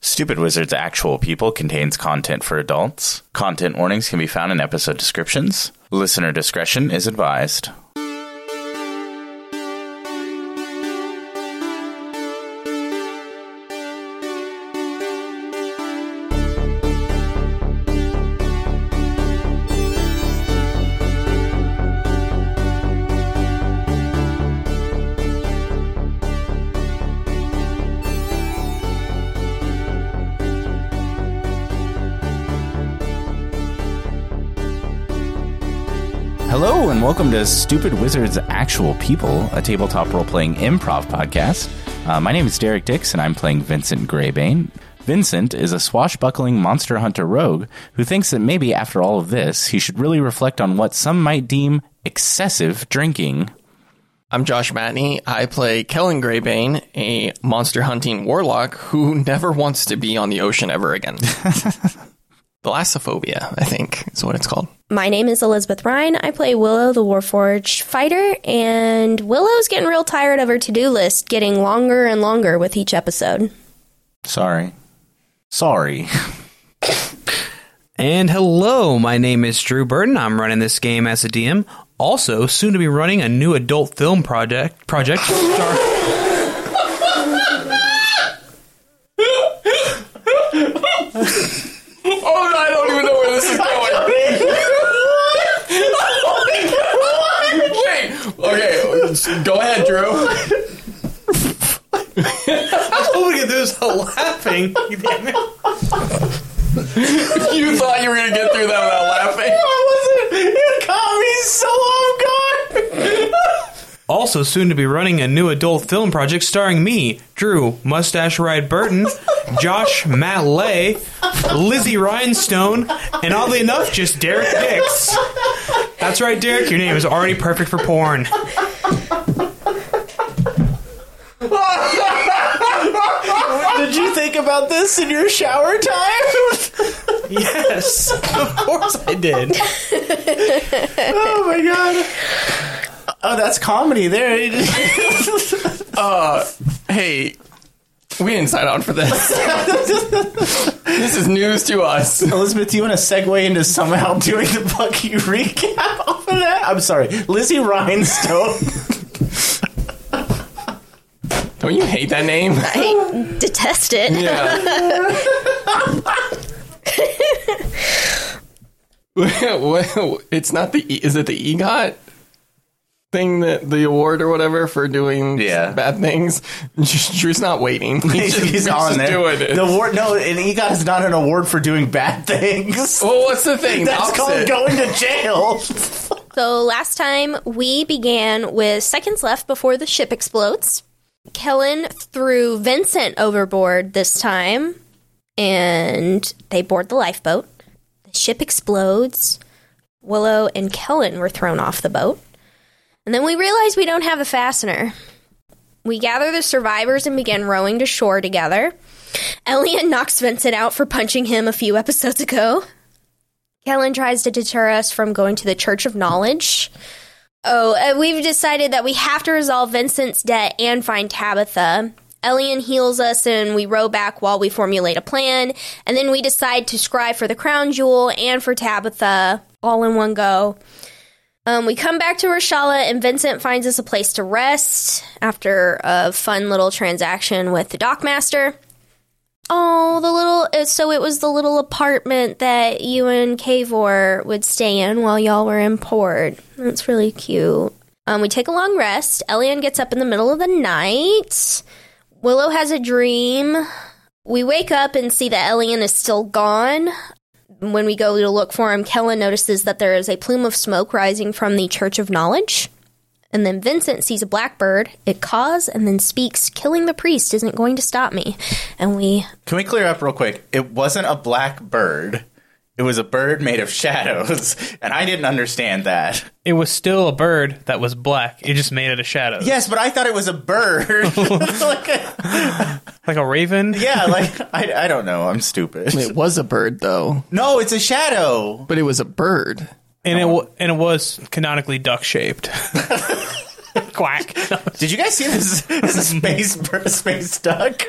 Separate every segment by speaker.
Speaker 1: Stupid Wizard's actual people contains content for adults. Content warnings can be found in episode descriptions. Listener discretion is advised. Hello, and welcome to Stupid Wizard's Actual People, a tabletop role playing improv podcast. Uh, my name is Derek Dix, and I'm playing Vincent Greybane. Vincent is a swashbuckling monster hunter rogue who thinks that maybe after all of this, he should really reflect on what some might deem excessive drinking.
Speaker 2: I'm Josh Matney. I play Kellen Greybane, a monster hunting warlock who never wants to be on the ocean ever again. Thalassophobia, I think, is what it's called.
Speaker 3: My name is Elizabeth Ryan. I play Willow, the Warforged fighter, and Willow's getting real tired of her to do list getting longer and longer with each episode.
Speaker 1: Sorry. Sorry.
Speaker 4: And hello, my name is Drew Burton. I'm running this game as a DM. Also, soon to be running a new adult film project. Project. Star-
Speaker 2: Oh, I don't even know where this is going. Wait, okay, go ahead, Drew.
Speaker 4: oh, look at this laughing.
Speaker 2: You thought you were gonna get through that without laughing. I wasn't. It caught me so off guard.
Speaker 4: Also, soon to be running a new adult film project starring me, Drew Mustache Ride Burton, Josh Matt Lay, Lizzie Rhinestone, and oddly enough, just Derek Dix. That's right, Derek. Your name is already perfect for porn.
Speaker 2: Did you think about this in your shower time?
Speaker 4: Yes, of course I did.
Speaker 2: Oh my god.
Speaker 5: Oh, that's comedy there.
Speaker 2: Uh, Hey, we didn't sign on for this. this is news to us.
Speaker 5: Elizabeth, do you want to segue into somehow doing the Bucky recap off of that? I'm sorry. Lizzie Rhinestone.
Speaker 2: Don't you hate that name?
Speaker 3: I detest it.
Speaker 2: Yeah. Well, it's not the E- is it the EGOT thing that the award or whatever for doing
Speaker 1: Yeah.
Speaker 2: bad things? Drew's not waiting. He's, just,
Speaker 5: He's
Speaker 2: he's
Speaker 5: on
Speaker 2: just
Speaker 5: there.
Speaker 2: doing it.
Speaker 5: The award, no, an EGOT is not an award for doing bad things.
Speaker 2: well, what's the thing? The
Speaker 5: That's called
Speaker 2: opposite.
Speaker 5: going to jail.
Speaker 3: So last time we began with seconds left before the ship explodes. Kellen threw Vincent overboard this time, and they board the lifeboat. The ship explodes. Willow and Kellen were thrown off the boat. And then we realize we don't have a fastener. We gather the survivors and begin rowing to shore together. Elliot knocks Vincent out for punching him a few episodes ago. Kellen tries to deter us from going to the Church of Knowledge. Oh, uh, we've decided that we have to resolve Vincent's debt and find Tabitha. Elian heals us and we row back while we formulate a plan, and then we decide to scry for the crown jewel and for Tabitha all in one go. Um, we come back to Rashala and Vincent finds us a place to rest after a fun little transaction with the dockmaster. Oh, the little. uh, So it was the little apartment that you and Kavor would stay in while y'all were in port. That's really cute. Um, we take a long rest. Elian gets up in the middle of the night. Willow has a dream. We wake up and see that Elian is still gone. When we go to look for him, Kellen notices that there is a plume of smoke rising from the Church of Knowledge. And then Vincent sees a blackbird. It caws and then speaks, Killing the priest isn't going to stop me. And we
Speaker 5: Can we clear up real quick? It wasn't a black bird. It was a bird made of shadows, and I didn't understand that.
Speaker 6: it was still a bird that was black. It just made it a shadow.
Speaker 5: Yes, but I thought it was a bird. Like,
Speaker 6: Like a raven.
Speaker 5: yeah, like I, I don't know. I'm stupid.
Speaker 2: It was a bird though,
Speaker 5: No, it's a shadow.
Speaker 2: but it was a bird.
Speaker 6: And it wa- and it was canonically duck shaped. Quack.
Speaker 5: Did you guys see this? This is a space bird, space duck.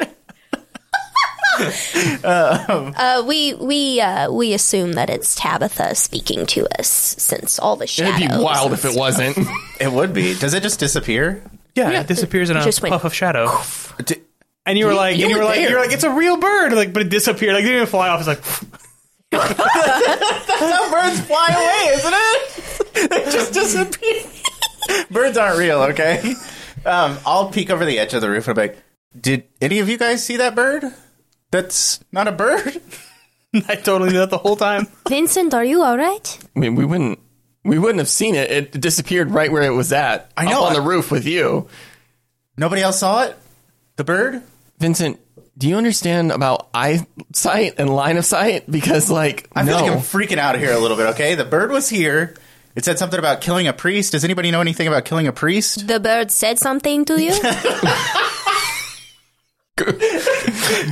Speaker 3: Uh, we we uh, we assume that it's Tabitha speaking to us since all the
Speaker 2: It'd
Speaker 3: shadows.
Speaker 2: be wild if it wasn't.
Speaker 5: It would be. Does it just disappear?
Speaker 6: Yeah, it disappears in a
Speaker 3: just
Speaker 6: puff
Speaker 3: went-
Speaker 6: of shadow.
Speaker 5: D-
Speaker 6: And you were like,
Speaker 2: you
Speaker 6: and you
Speaker 2: were
Speaker 6: were like,
Speaker 2: there.
Speaker 6: you're like, it's a real bird, like, but it disappeared. Like, it didn't even fly off. It's like,
Speaker 5: Some birds fly away, isn't it? they just disappear. birds aren't real, okay? Um, I'll peek over the edge of the roof and I'll be like, did any of you guys see that bird? That's not a bird.
Speaker 6: I totally knew that the whole time.
Speaker 3: Vincent, are you all right?
Speaker 2: I mean, we wouldn't we wouldn't have seen it. It disappeared right where it was at. I
Speaker 5: know,
Speaker 2: up on
Speaker 5: I-
Speaker 2: the roof with you,
Speaker 5: Nobody else saw it. The bird.
Speaker 2: Vincent. Do you understand about eyesight and line of sight? Because like
Speaker 5: I
Speaker 2: no,
Speaker 5: feel like I'm freaking out here a little bit. Okay, the bird was here. It said something about killing a priest. Does anybody know anything about killing a priest?
Speaker 3: The bird said something to you.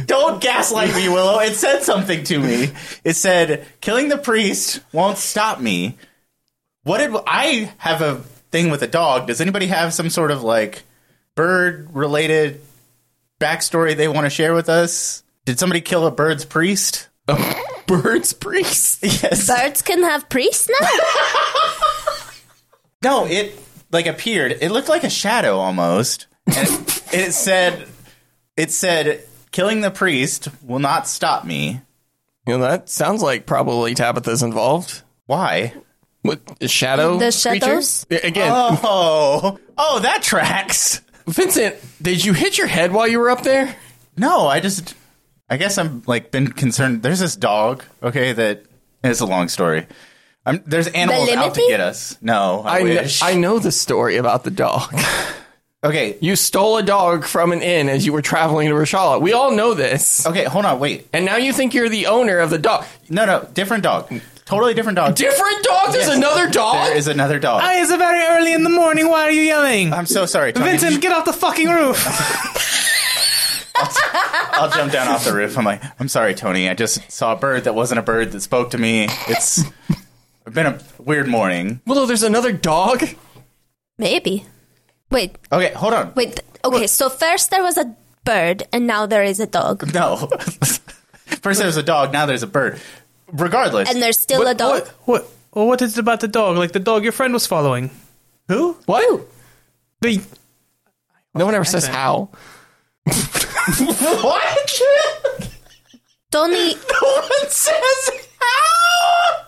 Speaker 5: Don't gaslight me, Willow. It said something to me. It said, "Killing the priest won't stop me." What did I have a thing with a dog? Does anybody have some sort of like bird-related backstory they want to share with us? Did somebody kill a bird's priest?
Speaker 2: bird's priest.
Speaker 5: Yes.
Speaker 3: Birds can have priests now.
Speaker 5: No, it like appeared. It looked like a shadow almost. And it, it said it said killing the priest will not stop me.
Speaker 2: You know that sounds like probably Tabitha's involved.
Speaker 5: Why?
Speaker 2: What the shadow?
Speaker 3: The
Speaker 2: creature?
Speaker 3: shadows?
Speaker 2: Yeah, Again,
Speaker 5: Oh. Oh, that tracks.
Speaker 2: Vincent, did you hit your head while you were up there?
Speaker 5: No, I just I guess I'm like been concerned. There's this dog, okay, that it's a long story. I'm, there's animals out to
Speaker 3: Lemony?
Speaker 5: get us. No, I,
Speaker 2: I, kn-
Speaker 5: wish.
Speaker 2: I know the story about the dog.
Speaker 5: okay,
Speaker 2: You stole a dog from an inn as you were traveling to Rashala. We all know this.
Speaker 5: okay, hold on, wait.
Speaker 2: And now you think you're the owner of the dog.
Speaker 5: No, no, different dog. Totally different dog.
Speaker 2: Different dog? There's
Speaker 5: Yes.
Speaker 2: another dog?
Speaker 5: There is another dog. I,
Speaker 6: Hey, it's very early in the morning. Why are you yelling?
Speaker 5: am so sorry, Tony.
Speaker 6: Vincent, get off the fucking roof.
Speaker 5: I'll jump down off the roof. I'm like, I'm sorry, Tony. I just saw a bird that wasn't a bird that spoke to me. It's been a weird morning.
Speaker 2: Willow, there's another dog?
Speaker 3: Maybe. Wait,
Speaker 5: Okay, hold on.
Speaker 3: wait. Okay, so first there was a bird, and now there is a dog,
Speaker 5: No. First there was a dog. Now there's a bird. Regardless,
Speaker 3: and there's still a dog.
Speaker 6: What? What? Well, what is it about the dog? Like the dog your friend was following? Who?
Speaker 2: What?
Speaker 6: The
Speaker 2: No one ever says how.
Speaker 5: what?
Speaker 3: Tony,
Speaker 5: no one says how.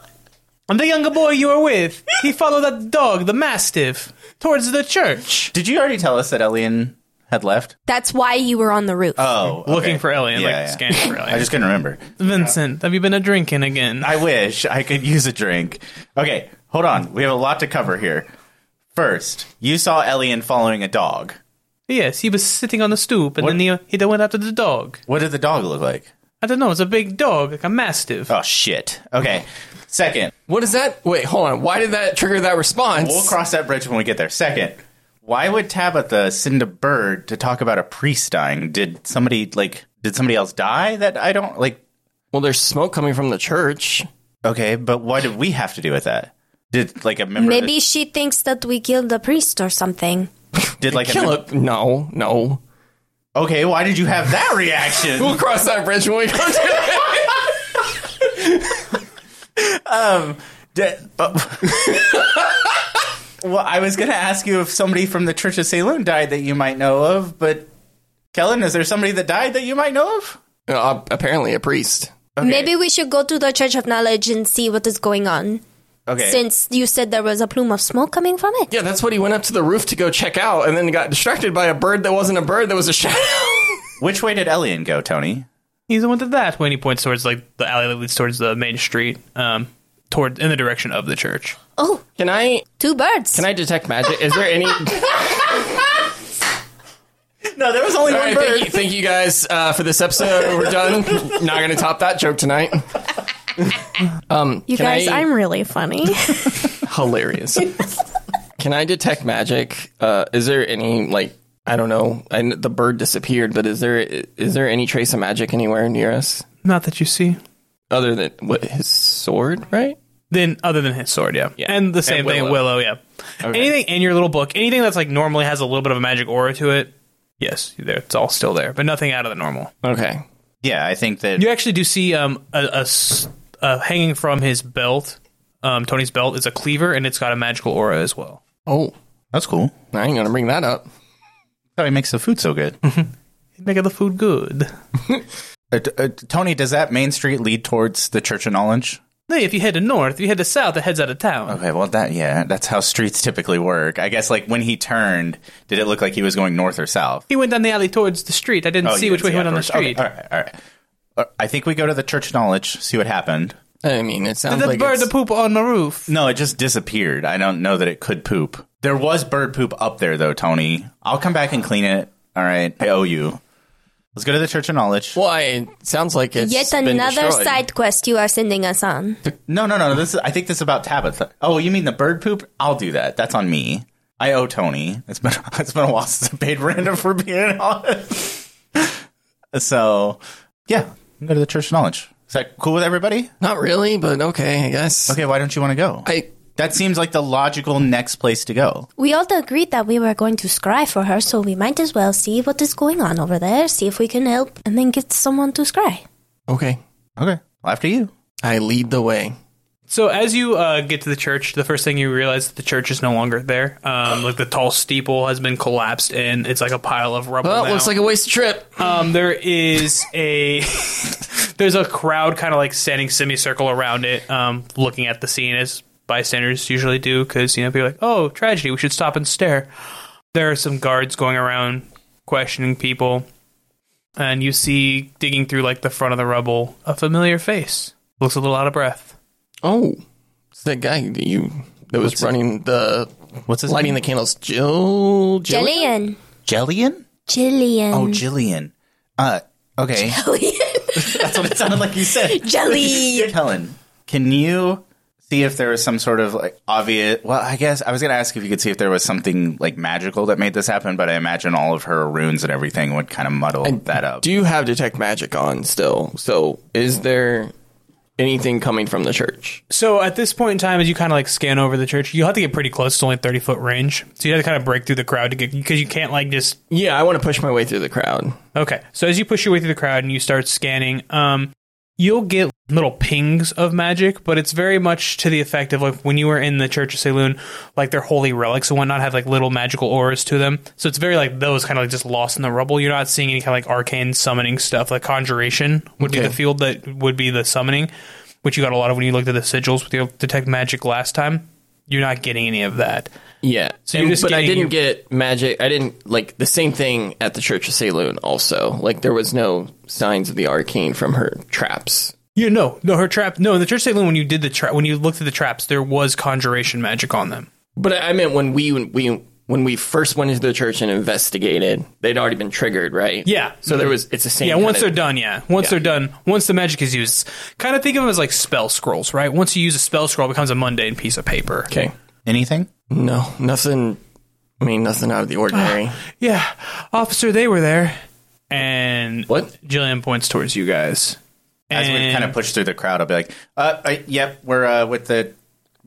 Speaker 6: and the younger boy you were with. He followed that dog, the mastiff, towards the church.
Speaker 5: Did you already tell us that Elian had left?
Speaker 3: that's why you were on the roof.
Speaker 5: Oh,
Speaker 6: Looking for Ellie, and
Speaker 5: Yeah,
Speaker 6: like
Speaker 5: yeah.
Speaker 6: scanning for
Speaker 5: I
Speaker 6: Ellie.
Speaker 5: just couldn't remember.
Speaker 6: Vincent, have you been a drinking again?
Speaker 5: I wish I could use a drink. Okay, hold on. We have a lot to cover here. First, you saw Elian following a dog.
Speaker 6: yes, he was sitting on the stoop, and then he he then went after the dog.
Speaker 5: What did the dog look like?
Speaker 6: I don't know. It's a big dog, like a mastiff.
Speaker 5: Oh shit. Okay. Second,
Speaker 2: What is that? Wait, hold on. Why did that trigger that response?
Speaker 5: we'll cross that bridge when we get there. Second, why would Tabitha send a bird to talk about a priest dying? Did somebody like did somebody else die that I don't like
Speaker 2: Well, there's smoke coming from the church.
Speaker 5: okay, but why did we have to do with that? Did like a member
Speaker 3: Maybe she thinks that we killed the priest or something.
Speaker 5: did like a
Speaker 2: Kill
Speaker 5: mem-
Speaker 2: it. No, no.
Speaker 5: Okay, why did you have that reaction?
Speaker 2: We'll cross that bridge when we come to it.
Speaker 5: Did- oh. well, I was going to ask you if somebody from the Church of Salem died that you might know of, but Kellen, is there somebody that died that you might know of?
Speaker 2: Uh, apparently, a priest.
Speaker 3: Maybe we should go to the Church of Knowledge and see what is going on.
Speaker 5: Okay.
Speaker 3: Since you said there was a plume of smoke coming from it.
Speaker 2: Yeah, that's what he went up to the roof to go check out, and then got distracted by a bird that wasn't a bird, that was a shadow.
Speaker 5: Which way did Elian go, Tony?
Speaker 6: He's the one to that when he points towards like the alley that leads towards the main street, um, toward in the direction of the church.
Speaker 3: Oh,
Speaker 2: Can I?
Speaker 3: two birds.
Speaker 2: Can I detect magic? Is there any? All
Speaker 5: No, there was only
Speaker 2: right,
Speaker 5: bird.
Speaker 2: thank you, thank you guys uh, for this episode. We're done. Not gonna top that joke tonight. Um,
Speaker 3: you
Speaker 2: can
Speaker 3: guys,
Speaker 2: I-
Speaker 3: I... am really funny.
Speaker 2: hilarious. Can I detect magic? Uh, is there any like I don't know? I, kn- the bird disappeared, but is there is there any trace of magic anywhere near us
Speaker 6: Not that you see.
Speaker 2: other than what his sword? Right?
Speaker 6: Then, other than his sword, yeah, and the same
Speaker 2: And
Speaker 6: thing,
Speaker 2: Willow.
Speaker 6: Willow, yeah. Anything in your little book, anything that's like normally has a little bit of a magic aura to it. Yes, there, it's all still there, but nothing out of the normal.
Speaker 2: Okay.
Speaker 5: Yeah, I think that
Speaker 6: You actually do see um, a, a s- a hanging from his belt, um, Tony's belt, is a cleaver, and it's got a magical aura as well.
Speaker 2: Oh,
Speaker 5: that's cool.
Speaker 2: I ain't gonna bring that up.
Speaker 5: That's how he makes the food so good.
Speaker 6: Making the food good.
Speaker 5: Uh, t- uh, Tony, does that main street lead towards the Church of Knowledge?
Speaker 6: Hey, if you head to north, if you head to south, it heads out of town.
Speaker 5: Okay, well that yeah, that's how streets typically work. I guess like when he turned, did it look like he was going north or south?
Speaker 6: He went down the alley towards the street. I didn't
Speaker 5: Oh,
Speaker 6: see
Speaker 5: you
Speaker 6: which way
Speaker 5: didn't
Speaker 6: he went on the
Speaker 5: afterwards.
Speaker 6: street.
Speaker 5: Okay, all right, all right. Uh, I think we go to the Church of Knowledge, see what happened.
Speaker 2: I mean, it sounds
Speaker 6: The
Speaker 2: like
Speaker 6: bird
Speaker 2: it's-
Speaker 6: the poop on my roof.
Speaker 5: No, it just disappeared. I don't know that it could poop. There was bird poop up there though, Tony. I'll come back and clean it. All right, I owe you. Let's go to the Church of Knowledge.
Speaker 2: Why? It sounds like it's
Speaker 3: Yet
Speaker 2: been
Speaker 3: another
Speaker 2: destroyed.
Speaker 3: side quest you are sending us on.
Speaker 5: No, no, no. This is. I think this is about Tabitha. Oh, you mean the bird poop? I'll do that. That's on me. I owe Tony. It's been it's been a while since I paid rent for being honest. so, yeah, go to the church of knowledge. Is that cool with everybody?
Speaker 2: Not really, but okay, I guess.
Speaker 5: Okay, why don't you want to go?
Speaker 2: I
Speaker 5: that seems like the logical next place to go.
Speaker 3: We all agreed that we were going to scry for her, so we might as well see what is going on over there, see if we can help, and then get someone to scry.
Speaker 2: okay.
Speaker 5: Okay, well, after you.
Speaker 2: I lead the way.
Speaker 6: So as you uh, get to the church, the first thing you realize that the church is no longer there. Um, like the tall steeple has been collapsed, and it's like a pile of rubble.
Speaker 2: Well,
Speaker 6: now.
Speaker 2: it looks like a wasted trip.
Speaker 6: Um, there is a there's a crowd kind of like standing semicircle around it, um, looking at the scene as bystanders usually do, because you know people are like, oh, tragedy, we should stop and stare. There are some guards going around questioning people, and you see digging through like the front of the rubble a familiar face. Looks a little out of breath.
Speaker 2: Oh, it's that guy that you that was running the
Speaker 5: What's his
Speaker 2: lighting the
Speaker 5: name?
Speaker 2: candles. Jill, Jill,
Speaker 3: Jillian.
Speaker 5: Jillian?
Speaker 3: Jillian.
Speaker 5: Oh, Jillian. Uh, okay,
Speaker 2: Oh.
Speaker 5: that's what it sounded like you said.
Speaker 3: Jelly.
Speaker 5: Helen, can you see if there was some sort of like obvious? Well, I guess I was going to ask if you could see if there was something like magical that made this happen, but I imagine all of her runes and everything would kind of muddle that up.
Speaker 2: Do you have detect magic on still? So, is there anything coming from the church?
Speaker 6: So at this point in time, as you kind of like scan over the church, you have to get pretty close to only thirty foot range. So you have to kind of break through the crowd to get because you can't like just
Speaker 2: Yeah, I want to push my way through the crowd.
Speaker 6: Okay. So as you push your way through the crowd and you start scanning, um, you'll get little pings of magic, but it's very much to the effect of like when you were in the Church of Saloon, like their holy relics and whatnot have like little magical auras to them. So it's very like those kind of like just lost in the rubble. You're not seeing any kind of like arcane summoning stuff. Like conjuration would be
Speaker 2: Okay.
Speaker 6: the field that would be the summoning, which you got a lot of when you looked at the sigils with your detect magic last time. You're not getting any of that.
Speaker 2: Yeah.
Speaker 6: So you're
Speaker 2: And-
Speaker 6: just
Speaker 2: but I
Speaker 6: getting-
Speaker 2: didn't get magic. I didn't like the same thing at the Church of Saloon. Also, like there was no signs of the arcane from her traps.
Speaker 6: Yeah, no, no, her trap. No, in the Church of Saloon, when you did the trap, when you looked at the traps, there was conjuration magic on them.
Speaker 2: But I I meant when we when we when we first went into the church and investigated, they'd already been triggered, right?
Speaker 6: Yeah.
Speaker 2: So there was it's the same.
Speaker 6: Yeah,
Speaker 2: kind
Speaker 6: once
Speaker 2: of-
Speaker 6: they're done, yeah. Once
Speaker 2: Yeah.
Speaker 6: they're done, once the magic is used, kind of think of them as like spell scrolls, right? Once you use a spell scroll, it becomes a mundane piece of paper.
Speaker 2: Okay.
Speaker 5: Anything?
Speaker 2: No, nothing. I mean, nothing out of the ordinary.
Speaker 6: Yeah, officer, they were there. And
Speaker 2: What?
Speaker 6: Jillian points towards you guys.
Speaker 5: As we kind of push through the crowd, I'll be like, uh, uh, "Yep, we're uh, with the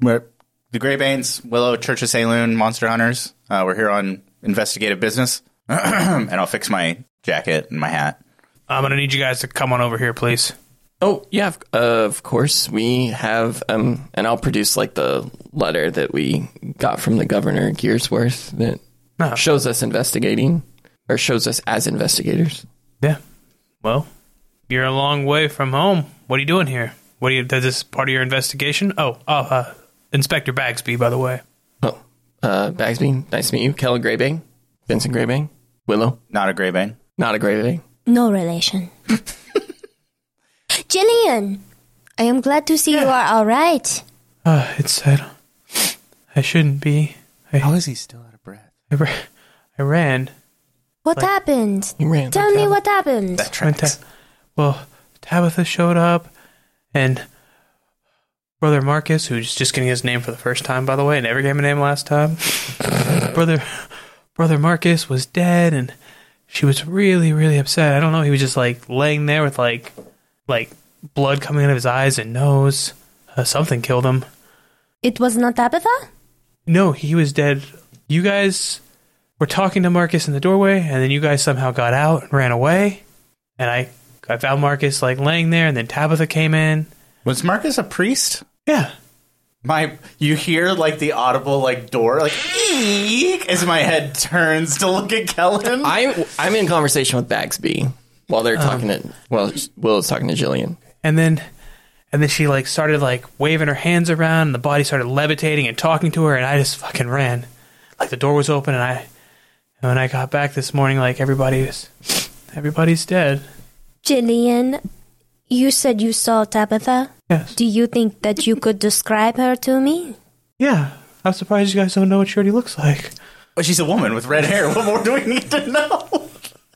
Speaker 5: we're the Greybanes, Willow, Church of Saloon, Monster Hunters. Uh, we're here on investigative business." and I'll fix my jacket and my hat.
Speaker 6: I'm gonna need you guys to come on over here, please.
Speaker 2: Oh yeah, of, of course we have. Um, and I'll produce like the letter that we got from the governor Gearsworth that
Speaker 6: Oh.
Speaker 2: shows us investigating or shows us as investigators.
Speaker 6: Yeah. Well, you're a long way from home. What are you doing here? What do you? Does this part of your investigation? Oh, oh, uh, Inspector Bagsby, by the way.
Speaker 2: Oh, uh, Bagsby, nice to meet you. Kellen Graybang, Vincent Graybang, Willow,
Speaker 5: Not a Greybane.
Speaker 2: not a Graybang.
Speaker 3: No relation. Jillian, I am glad to see you are all right.
Speaker 6: Uh, it's said I shouldn't be.
Speaker 5: How is he still out of breath?
Speaker 6: I, ra- I ran.
Speaker 3: What happened?
Speaker 2: You ran.
Speaker 3: Tell me what happened.
Speaker 5: That
Speaker 6: When
Speaker 5: tracks.
Speaker 6: Ta- well, Tabitha showed up, and brother Marcus, who's just getting his name for the first time, by the way, never gave him a name last time. brother, brother Marcus was dead, and she was really, really upset. I don't know. He was just like laying there with like, like blood coming out of his eyes and nose. Uh, something killed him.
Speaker 3: It was not Tabitha?
Speaker 6: No, he was dead. You guys were talking to Marcus in the doorway, and then you guys somehow got out and ran away, and I I found Marcus like laying there, and then Tabitha came in.
Speaker 5: Was Marcus a priest?
Speaker 6: Yeah,
Speaker 5: My, you hear like the audible like door like eek as my head turns to look at Kellen.
Speaker 2: I'm I'm in conversation with Bagsby while they're talking to well Willow's talking to Jillian.
Speaker 6: and then and then she like started like waving her hands around, and the body started levitating and talking to her, and I just fucking ran. Like the door was open, and I and when I got back this morning, like everybody was everybody's dead.
Speaker 7: Jillian, you said you saw Tabitha.
Speaker 6: Yes.
Speaker 7: Do you think that you could describe her to me?
Speaker 6: Yeah, I'm surprised you guys don't know what she already looks like.
Speaker 5: But Oh, she's a woman with red hair. What more do we need to know?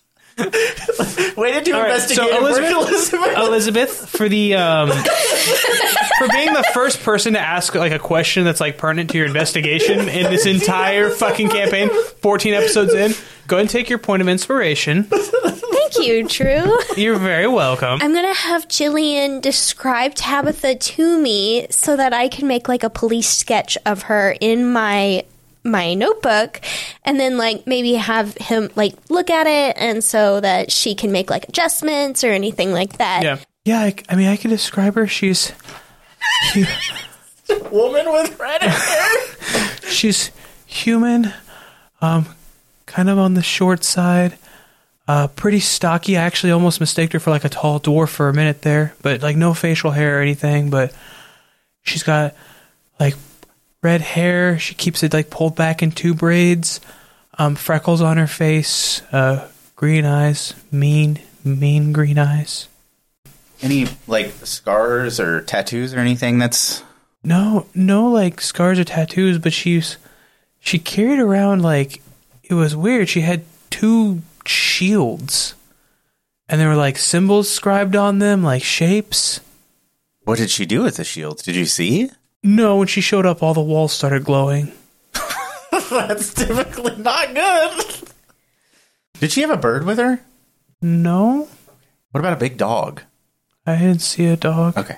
Speaker 5: Way to do
Speaker 6: right,
Speaker 5: investigate
Speaker 6: so
Speaker 5: it, work,
Speaker 6: Elizabeth-
Speaker 5: Elizabeth.
Speaker 6: Elizabeth for the um, for being the first person to ask like a question that's like pertinent to your investigation in this entire fucking campaign. Fourteen episodes in, go ahead and take your point of inspiration.
Speaker 3: Thank you, Drew.
Speaker 6: You're very welcome.
Speaker 3: I'm gonna have Jillian describe Tabitha to me so that I can make like a police sketch of her in my my notebook and then like maybe have him like look at it and so that she can make like adjustments or anything like that.
Speaker 6: Yeah, yeah. I, I mean, I can describe her. She's
Speaker 5: woman with red hair.
Speaker 6: she's human, um, kind of on the short side, uh, pretty stocky. I actually almost mistaked her for like a tall dwarf for a minute there, but like no facial hair or anything. But she's got like red hair. She keeps it like pulled back in two braids, um, freckles on her face, uh, green eyes, mean, mean green eyes.
Speaker 5: Any like scars or tattoos or anything? That's
Speaker 6: No, no, like scars or tattoos, but she's she carried around like it was weird. She had two shields, and there were like symbols scribed on them, like shapes.
Speaker 5: what did she do with the shields? Did you see?
Speaker 6: No, when she showed up, all the walls started glowing.
Speaker 5: That's typically not good. Did she have a bird with her?
Speaker 6: No,
Speaker 5: What about a big dog?
Speaker 6: I didn't see a dog.
Speaker 5: Okay,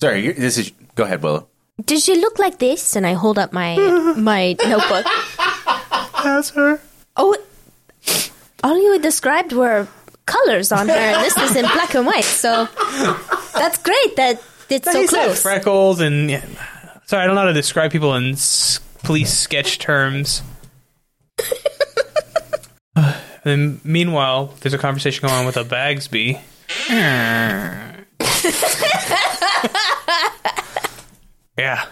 Speaker 5: sorry. you this is go ahead, Willow.
Speaker 7: Does she look like this?
Speaker 3: And I hold up my my notebook.
Speaker 6: That's her.
Speaker 7: Oh,
Speaker 3: All you described were colors on her and this is in black and white, so that's great that it's so
Speaker 6: He said
Speaker 3: close.
Speaker 6: freckles and yeah. sorry, I don't know how to describe people in s- police sketch terms. Uh, and meanwhile, there's a conversation going on with a Bagsby. yeah.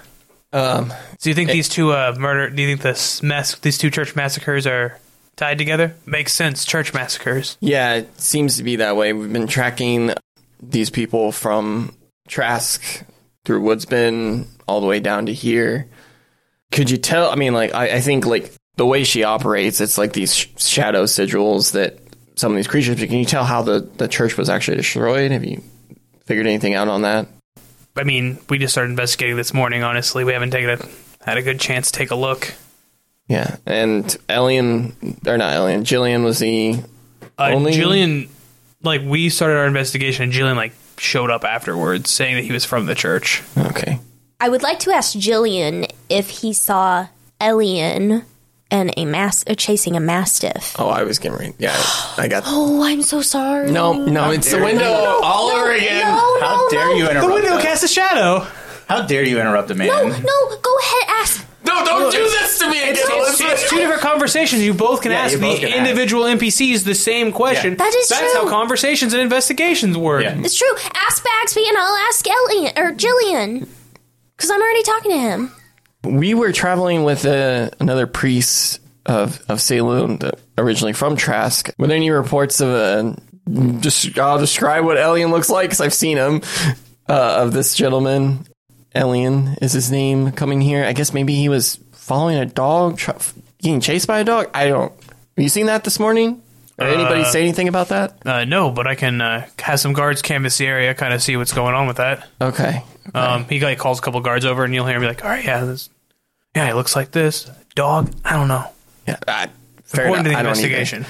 Speaker 2: Um,
Speaker 6: So you think these two uh, murder? Do you think this mess? These two church massacres are tied together? Makes sense. Church massacres.
Speaker 2: yeah, it seems to be that way. We've been tracking these people from Trask through Woodsbend all the way down to here. Could you tell? I mean, like I, I think like the way she operates, it's like these sh- shadow sigils that some of these creatures. But can you tell how the the church was actually destroyed? Have you figured anything out on that?
Speaker 6: I mean, we just started investigating this morning. Honestly, we haven't taken a had a good chance to take a look.
Speaker 2: Yeah, and Elian or not Elian, Jillian was the
Speaker 6: uh,
Speaker 2: Only-
Speaker 6: Jillian, like we started our investigation, and Jillian like showed up afterwards saying that he was from the church.
Speaker 2: okay.
Speaker 3: I would like to ask Jillian if he saw Elian and a mas- uh, chasing a mastiff.
Speaker 2: Oh, I was getting ready. Yeah, I got.
Speaker 3: Oh, I'm so sorry.
Speaker 2: No, no, it's the window
Speaker 5: Oh,
Speaker 2: all over again.
Speaker 5: How dare you interrupt? a-
Speaker 6: cast a shadow.
Speaker 5: How dare you interrupt a man?
Speaker 3: No, no, go ahead, ask.
Speaker 2: No, don't do this to me again.
Speaker 6: It's, it's two different conversations. You both can ask
Speaker 5: you both
Speaker 6: the
Speaker 5: can ask.
Speaker 6: individual NPCs the same question.
Speaker 3: That is
Speaker 6: That's
Speaker 3: true.
Speaker 6: how conversations and investigations work.
Speaker 5: Yeah.
Speaker 3: It's true. Ask Bagsby and I'll ask Elian or Jillian. Because I'm already talking to him.
Speaker 2: We were traveling with uh, another priest of of Salem, that- originally from Trask. Were there any reports of a? Just I'll describe what Elian looks like because I've seen him. Uh, of this gentleman, Elian is his name. Coming here, I guess maybe he was following a dog, tra- getting chased by a dog. I don't. Have you seen that this morning? Or anybody say anything about that?
Speaker 6: Uh, no, but I can uh, have some guards canvass the area, kind of see what's going on with that.
Speaker 2: Okay.
Speaker 6: Um, he like calls a couple guards over, and you'll hear him be like, "All right, yeah, this, yeah, it looks like this dog. I don't know."
Speaker 2: Yeah. Uh, fair enough.
Speaker 6: According to the
Speaker 2: I don't either.
Speaker 6: investigation.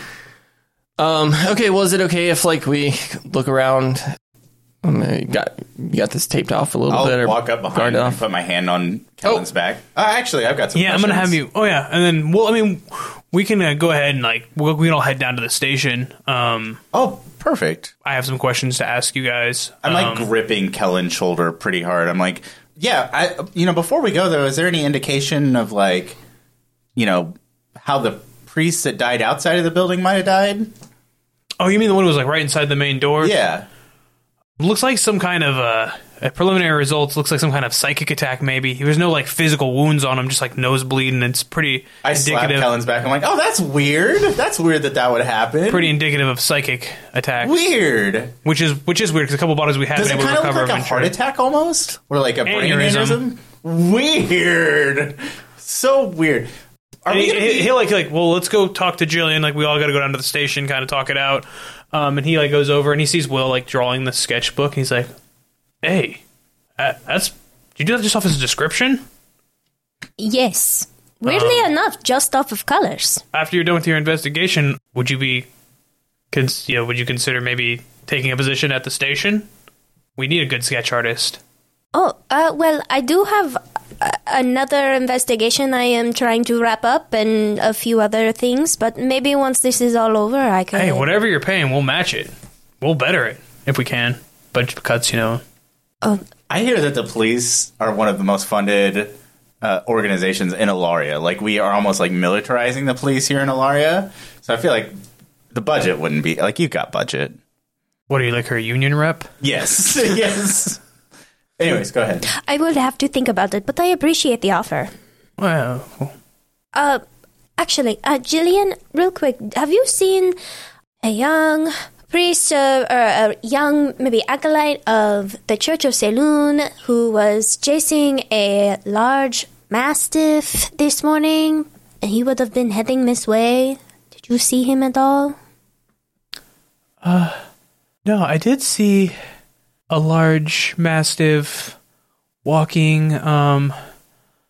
Speaker 2: Um, okay, well, is it okay if like we look around Um, you got you got this taped off a little
Speaker 5: I'll
Speaker 2: bit. or
Speaker 5: walk up behind
Speaker 2: guarded
Speaker 5: him and
Speaker 2: off.
Speaker 5: put my hand on
Speaker 2: Oh.
Speaker 5: Kellen's back. Uh, actually, I've got some.
Speaker 6: Yeah, I'm gonna have you.
Speaker 5: questions.
Speaker 6: Oh yeah, and then well, I mean, we can uh, go ahead and like we'll, we can all head down to the station. Um,
Speaker 5: Oh, perfect.
Speaker 6: I have some questions to ask you guys.
Speaker 5: I'm like
Speaker 6: Um,
Speaker 5: gripping Kellen's shoulder pretty hard. I'm like, yeah, I. You know, before we go though, is there any indication of like, you know, how the priests that died outside of the building might have died?
Speaker 6: oh, you mean the one who was like right inside the main door?
Speaker 5: Yeah.
Speaker 6: looks like some kind of uh, uh, preliminary results. Looks like some kind of psychic attack. Maybe there's no like physical wounds on him, just like nosebleed, and it's pretty
Speaker 5: I slapped
Speaker 6: indicative.
Speaker 5: Kellen's back. I'm like, oh, that's weird. That's weird that that would happen.
Speaker 6: Pretty indicative of psychic attack,
Speaker 5: weird.
Speaker 6: which is which is weird because a couple bodies we have
Speaker 5: Does
Speaker 6: been
Speaker 5: it
Speaker 6: able to
Speaker 5: kind of look
Speaker 6: recover.
Speaker 5: like a
Speaker 6: have been
Speaker 5: heart
Speaker 6: treated.
Speaker 5: attack almost, or like a brain
Speaker 6: Aneurysm.
Speaker 5: aneurysm? Weird. So weird. Are we
Speaker 6: he,
Speaker 5: gonna
Speaker 6: he,
Speaker 5: be,
Speaker 6: he, like like well let's go talk to Jillian like we all got to go down to the station kind of talk it out um, and he like goes over and he sees Will like drawing the sketchbook and he's like hey uh, that's did you do that just off his description
Speaker 7: Yes. Weirdly
Speaker 6: Uh-huh.
Speaker 7: enough, just off of colors.
Speaker 6: after you're done with your investigation would you be cons- you know would you consider maybe taking a position at the station we need a good sketch artist
Speaker 7: Oh, uh, well, I do have uh, another investigation I am trying to wrap up and a few other things, but maybe once this is all over, I can.
Speaker 6: hey whatever you're paying we'll match it we'll better it if we can budget cuts you know
Speaker 5: I hear that the police are one of the most funded uh, organizations in Ilaria. Like we are almost like militarizing the police here in Ilaria. So I feel like the budget wouldn't be like you got budget.
Speaker 6: what are you like her union rep
Speaker 5: Yes. yes. Anyways, go ahead.
Speaker 7: I will have to think about it, but I appreciate the offer.
Speaker 6: well
Speaker 7: Uh, actually, uh, Jillian, real quick, have you seen a young priest uh, or a young, maybe acolyte of the Church of Ceylon who was chasing a large mastiff this morning? And he would have been heading this way. Did you see him at all?
Speaker 6: No, I did see a large mastiff walking, um,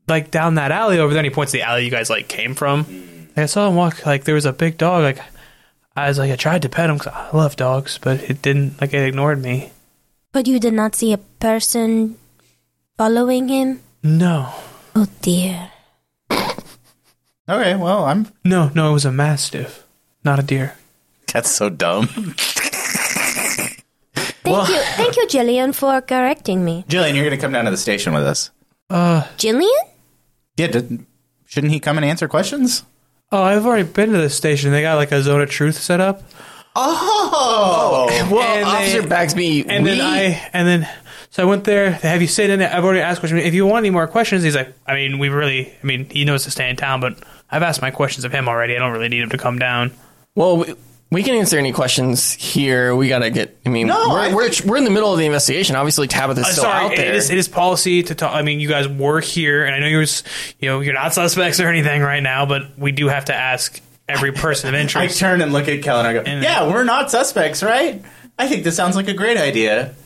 Speaker 6: like down that alley over there. And he points to the alley you guys like came from.
Speaker 2: Hmm.
Speaker 6: And I saw him walk. Like there was a big dog. Like I was like, I tried to pet him because I love dogs, but it didn't. Like it ignored me.
Speaker 7: But you did not see a person following him?
Speaker 6: No,
Speaker 7: Oh dear.
Speaker 5: Okay. Well, I'm.
Speaker 6: no, no. It was a mastiff, not a deer.
Speaker 5: That's so dumb.
Speaker 7: Thank you, thank you, Jillian, for correcting me.
Speaker 5: Jillian, you're going to come down to the station with us.
Speaker 6: Uh,
Speaker 7: Jillian?
Speaker 5: Yeah. Did, shouldn't he come and answer questions?
Speaker 6: Oh, I've already been to this station. They got like a zone of truth set up.
Speaker 5: Oh.
Speaker 2: Well,
Speaker 6: And
Speaker 2: Officer
Speaker 6: they-
Speaker 2: Bagsby,
Speaker 6: And
Speaker 2: we,
Speaker 6: then I and then so I went there. They have you sit in there. I've already asked questions. If you want any more questions, he's like, I mean, we really, I mean, he knows to stay in town, but I've asked my questions of him already. I don't really need him to come down.
Speaker 2: well, we, we can answer any questions here. We gotta get. I mean,
Speaker 5: No,
Speaker 2: we're
Speaker 5: I
Speaker 2: we're, we're in the middle of the investigation. Obviously, Tabitha's
Speaker 6: Uh,
Speaker 2: still
Speaker 6: sorry,
Speaker 2: out there.
Speaker 6: it is it is policy to talk. I mean, you guys were here, and I know you was, you know, you're not suspects or anything right now, but we do have to ask every person of
Speaker 5: I
Speaker 6: interest.
Speaker 5: turn and look at Kellen. I go,
Speaker 6: And-
Speaker 5: "Yeah, we're not suspects, right? I think this sounds like a great idea."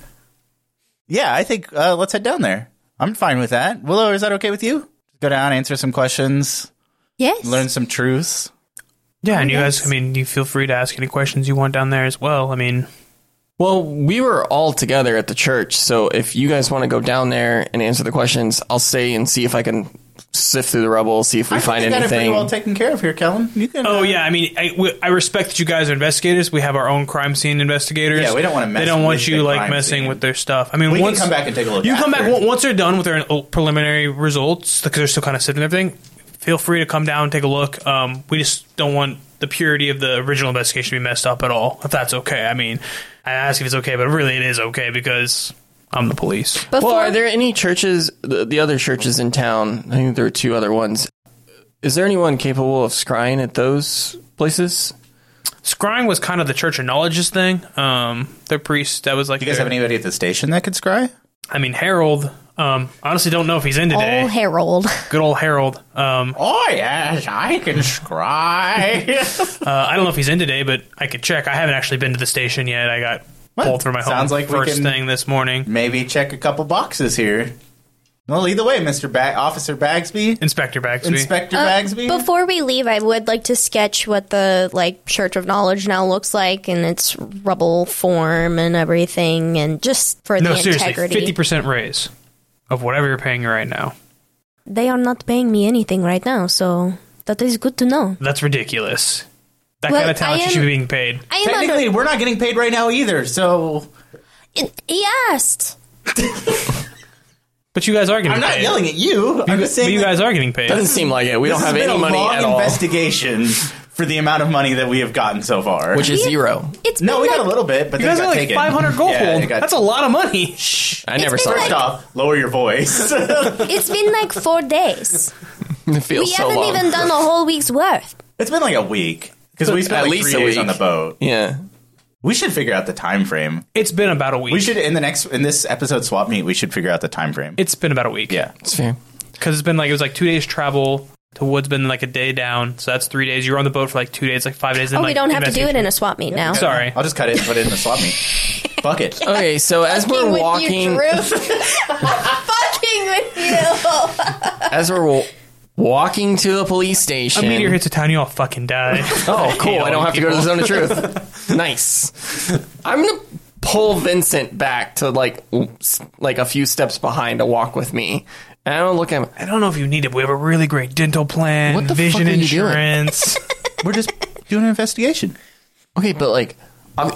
Speaker 5: Yeah, I think uh, let's head down there. I'm fine with that. Willow, is that okay with you? Go down, answer some questions,
Speaker 7: Yes.
Speaker 5: learn some truths.
Speaker 6: yeah, and you guys, I mean, you feel free to ask any questions you want down there as well. I mean,
Speaker 2: Well, we were all together at the church, so if you guys want to go down there and answer the questions, I'll stay and see if I can sift through the rubble, see if we
Speaker 5: I
Speaker 2: find
Speaker 5: think I got it pretty
Speaker 2: anything.
Speaker 5: well taken care of here, Kellen. You can. uh,
Speaker 6: Oh yeah, I mean, I, we- I respect that you guys are investigators. We have our own crime scene investigators.
Speaker 5: Yeah, we don't wanna mess
Speaker 6: They don't
Speaker 5: with
Speaker 6: want you
Speaker 5: the
Speaker 6: like
Speaker 5: crime
Speaker 6: messing
Speaker 5: scene.
Speaker 6: with their stuff. I mean,
Speaker 5: We can
Speaker 6: once
Speaker 5: come back and take a look
Speaker 6: You come back
Speaker 5: after.
Speaker 6: on- once they're done with their uh, preliminary results because they're still kind of sifting everything. Feel free to come down, and take a look. Um, we just don't want the purity of the original investigation to be messed up at all. If that's okay, I mean, I ask if it's okay, but really it is okay because I'm the police.
Speaker 3: Before,
Speaker 2: Well, are there any churches, the, the other churches in town? I think there were two other ones. Is there anyone capable of scrying at those places?
Speaker 6: Scrying was kind of the Church of Knowledge's thing. Um, their priest that was like
Speaker 5: you guys
Speaker 6: their-
Speaker 5: have anybody at the station that could scry?
Speaker 6: I mean, Harold. Um, honestly, don't know if he's in today.
Speaker 3: oh, Harold.
Speaker 6: Good old Harold. Um, uh,
Speaker 5: Oh yes, I can scry.
Speaker 6: uh, I don't know if he's in today, but I could check. I haven't actually been to the station yet. I got
Speaker 5: Well,
Speaker 6: pulled from my home
Speaker 5: sounds like we
Speaker 6: first
Speaker 5: can-
Speaker 6: thing this morning.
Speaker 5: Maybe check a couple boxes here. Well, either way, Mister ba- Officer Bagsby,
Speaker 6: Inspector Bagsby.
Speaker 5: Inspector
Speaker 3: Uh,
Speaker 5: Bagsby.
Speaker 3: Before we leave, I would like to sketch what the like Church of Knowledge now looks like in its rubble form and everything, and just for
Speaker 6: no,
Speaker 3: the
Speaker 6: seriously,
Speaker 3: integrity.
Speaker 6: fifty percent raise of whatever you're paying right now.
Speaker 7: They are not paying me anything right now, so that is good to know.
Speaker 6: That's ridiculous. That
Speaker 3: Well,
Speaker 6: kind of talent
Speaker 3: I
Speaker 6: you should be being paid.
Speaker 3: I am under-
Speaker 5: Technically, we're not getting paid right now either. So
Speaker 7: It- he asked.
Speaker 6: But you guys are getting
Speaker 5: I'm not
Speaker 6: paid.
Speaker 5: yelling at you. I'm just
Speaker 6: But
Speaker 5: saying
Speaker 6: you
Speaker 5: that
Speaker 6: guys are getting paid.
Speaker 2: Doesn't seem like it. We don't
Speaker 5: this
Speaker 2: have
Speaker 5: has been
Speaker 2: any
Speaker 5: a
Speaker 2: money
Speaker 5: long
Speaker 2: at all,
Speaker 5: investigation for the amount of money that we have gotten so far.
Speaker 2: which is zero.
Speaker 7: It's
Speaker 5: no,
Speaker 7: been
Speaker 5: we
Speaker 7: like,
Speaker 5: got a little bit, but
Speaker 6: You
Speaker 5: then
Speaker 6: guys
Speaker 5: it
Speaker 6: are
Speaker 5: got
Speaker 6: like
Speaker 5: taken.
Speaker 6: 500 gold.
Speaker 5: Yeah, it got-
Speaker 6: That's a lot of money.
Speaker 2: I never saw
Speaker 5: First
Speaker 2: it.
Speaker 5: off, lower your voice.
Speaker 7: it's been like four days.
Speaker 2: It feels
Speaker 7: We
Speaker 2: so
Speaker 7: haven't
Speaker 2: long.
Speaker 7: even done a whole week's worth.
Speaker 5: it's been like a week because we spent
Speaker 2: At
Speaker 5: like
Speaker 2: least
Speaker 5: three
Speaker 2: a
Speaker 5: days
Speaker 2: week.
Speaker 5: on the boat.
Speaker 2: yeah.
Speaker 5: We should figure out the time frame.
Speaker 6: It's been about a week.
Speaker 5: We should in the next in this episode swap meet. We should figure out the time frame.
Speaker 6: It's been about a week.
Speaker 5: yeah,
Speaker 2: It's fair.
Speaker 6: because it's been like it was like two days travel to Woodsman, like a day down. So that's three days. You were on the boat for like two days, like five days.
Speaker 3: oh,
Speaker 6: and,
Speaker 3: we
Speaker 6: like,
Speaker 3: don't have to do it
Speaker 6: investigation.
Speaker 3: in a swap meet now.
Speaker 6: Sorry.
Speaker 5: I'll just cut it and put it in the swap meet. Fuck it.
Speaker 2: Okay, so as we're walking,
Speaker 7: Fucking with you.
Speaker 2: as we're wa- walking to the police station.
Speaker 6: A meteor hits a town, you all fucking die.
Speaker 2: Oh, cool! I
Speaker 6: all
Speaker 2: don't
Speaker 6: you
Speaker 2: have to go to the zone of truth. nice. I'm gonna pull Vincent back to like s- like a few steps behind to walk with me. And I don't look at him.
Speaker 6: I don't know if you need it. but We have a really great dental plan,
Speaker 2: What the
Speaker 6: vision
Speaker 2: fuck are you doing?
Speaker 6: insurance.
Speaker 5: We're just doing an investigation.
Speaker 2: Okay, but like, I'm,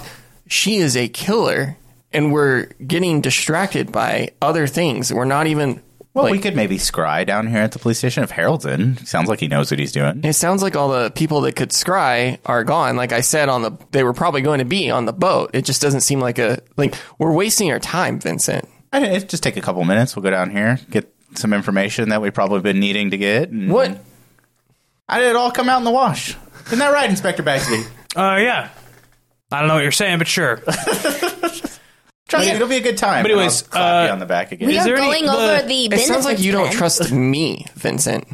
Speaker 2: she is a killer, and we're getting distracted by other things. We're not even.
Speaker 5: Well,
Speaker 2: like,
Speaker 5: we could maybe scry down here at the police station if Harold's in. Sounds like he knows what he's doing.
Speaker 2: It sounds like all the people that could scry are gone. Like I said, on the they were probably going to be on the boat. It just doesn't seem like a like we're wasting our time, Vincent.
Speaker 5: I don't- it'd Eh, just take a couple minutes. We'll go down here, get some information that we've probably been needing to get. and-
Speaker 2: What?
Speaker 5: I did it all come out in the wash. Isn't that right, Inspector Baxby?
Speaker 6: uh, yeah. I don't know what you're saying, but sure.
Speaker 5: Trust me, it'll be a good time.
Speaker 6: But
Speaker 5: and I'll
Speaker 6: anyways,
Speaker 5: clap you
Speaker 6: uh,
Speaker 5: on the back again.
Speaker 6: is
Speaker 3: We are
Speaker 6: there any-
Speaker 3: going
Speaker 6: the-
Speaker 3: over the.
Speaker 2: It sounds like
Speaker 3: benefits
Speaker 2: you don't
Speaker 3: plan.
Speaker 2: trust me, Vincent.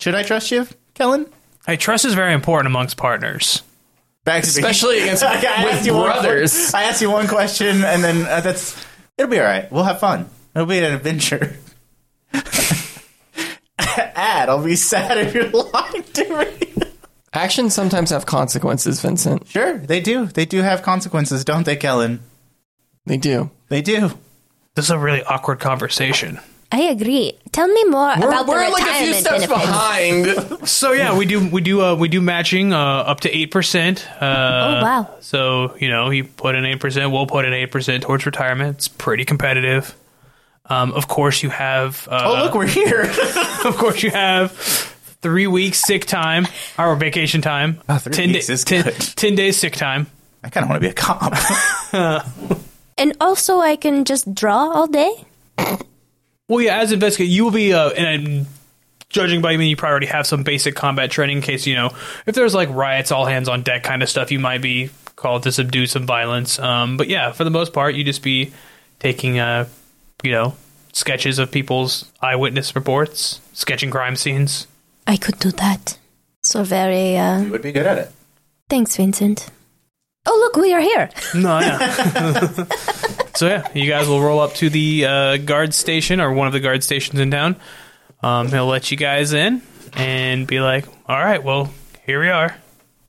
Speaker 5: Should I trust you, Kellen?
Speaker 6: Hey, trust is very important amongst partners.
Speaker 5: Baxby,
Speaker 2: Especially against
Speaker 5: Okay, I asked
Speaker 2: with
Speaker 5: you one
Speaker 2: brothers.
Speaker 5: que- I asked you one question, and then uh, that's it'll be all right. We'll have fun. It'll be an adventure. Ad, I'll be sad if you're lying to me.
Speaker 2: Actions sometimes have consequences, Vincent.
Speaker 5: Sure, they do. They do have consequences, don't they, Kellen?
Speaker 2: They do.
Speaker 5: They do.
Speaker 6: This is a really awkward conversation.
Speaker 7: I agree. Tell me more about the retirement benefits.
Speaker 2: behind.
Speaker 6: So yeah, we do we do uh, we do matching uh, up to eight percent. Uh,
Speaker 7: Oh, wow.
Speaker 6: So you know, you put in eight percent, we'll put in eight percent towards retirement. It's pretty competitive. Um, of course, you have. Uh,
Speaker 5: Oh, look, we're here.
Speaker 6: of course, you have three weeks sick time or vacation time.
Speaker 5: Ah, three weeks is
Speaker 6: ten-
Speaker 5: good.
Speaker 6: 10 days sick time.
Speaker 5: I kind of want to be a cop.
Speaker 7: And also, I can just draw all day.
Speaker 6: Well, yeah, as investigator, you will be, uh, and i judging by me, you probably already have some basic combat training in case, you know, if there's like riots, all hands on deck kind of stuff, you might be called to subdue some violence. Um, but yeah, for the most part, you just be taking, uh, you know, sketches of people's eyewitness reports, sketching crime scenes.
Speaker 7: I could do that. So very. Uh,
Speaker 5: you would be good at it.
Speaker 7: thanks, Vincent. Oh look, we are here.
Speaker 6: No, yeah. so yeah, you guys will roll up to the uh, guard station or one of the guard stations in town. Um, he'll let you guys in and be like, "All right, well, here we are."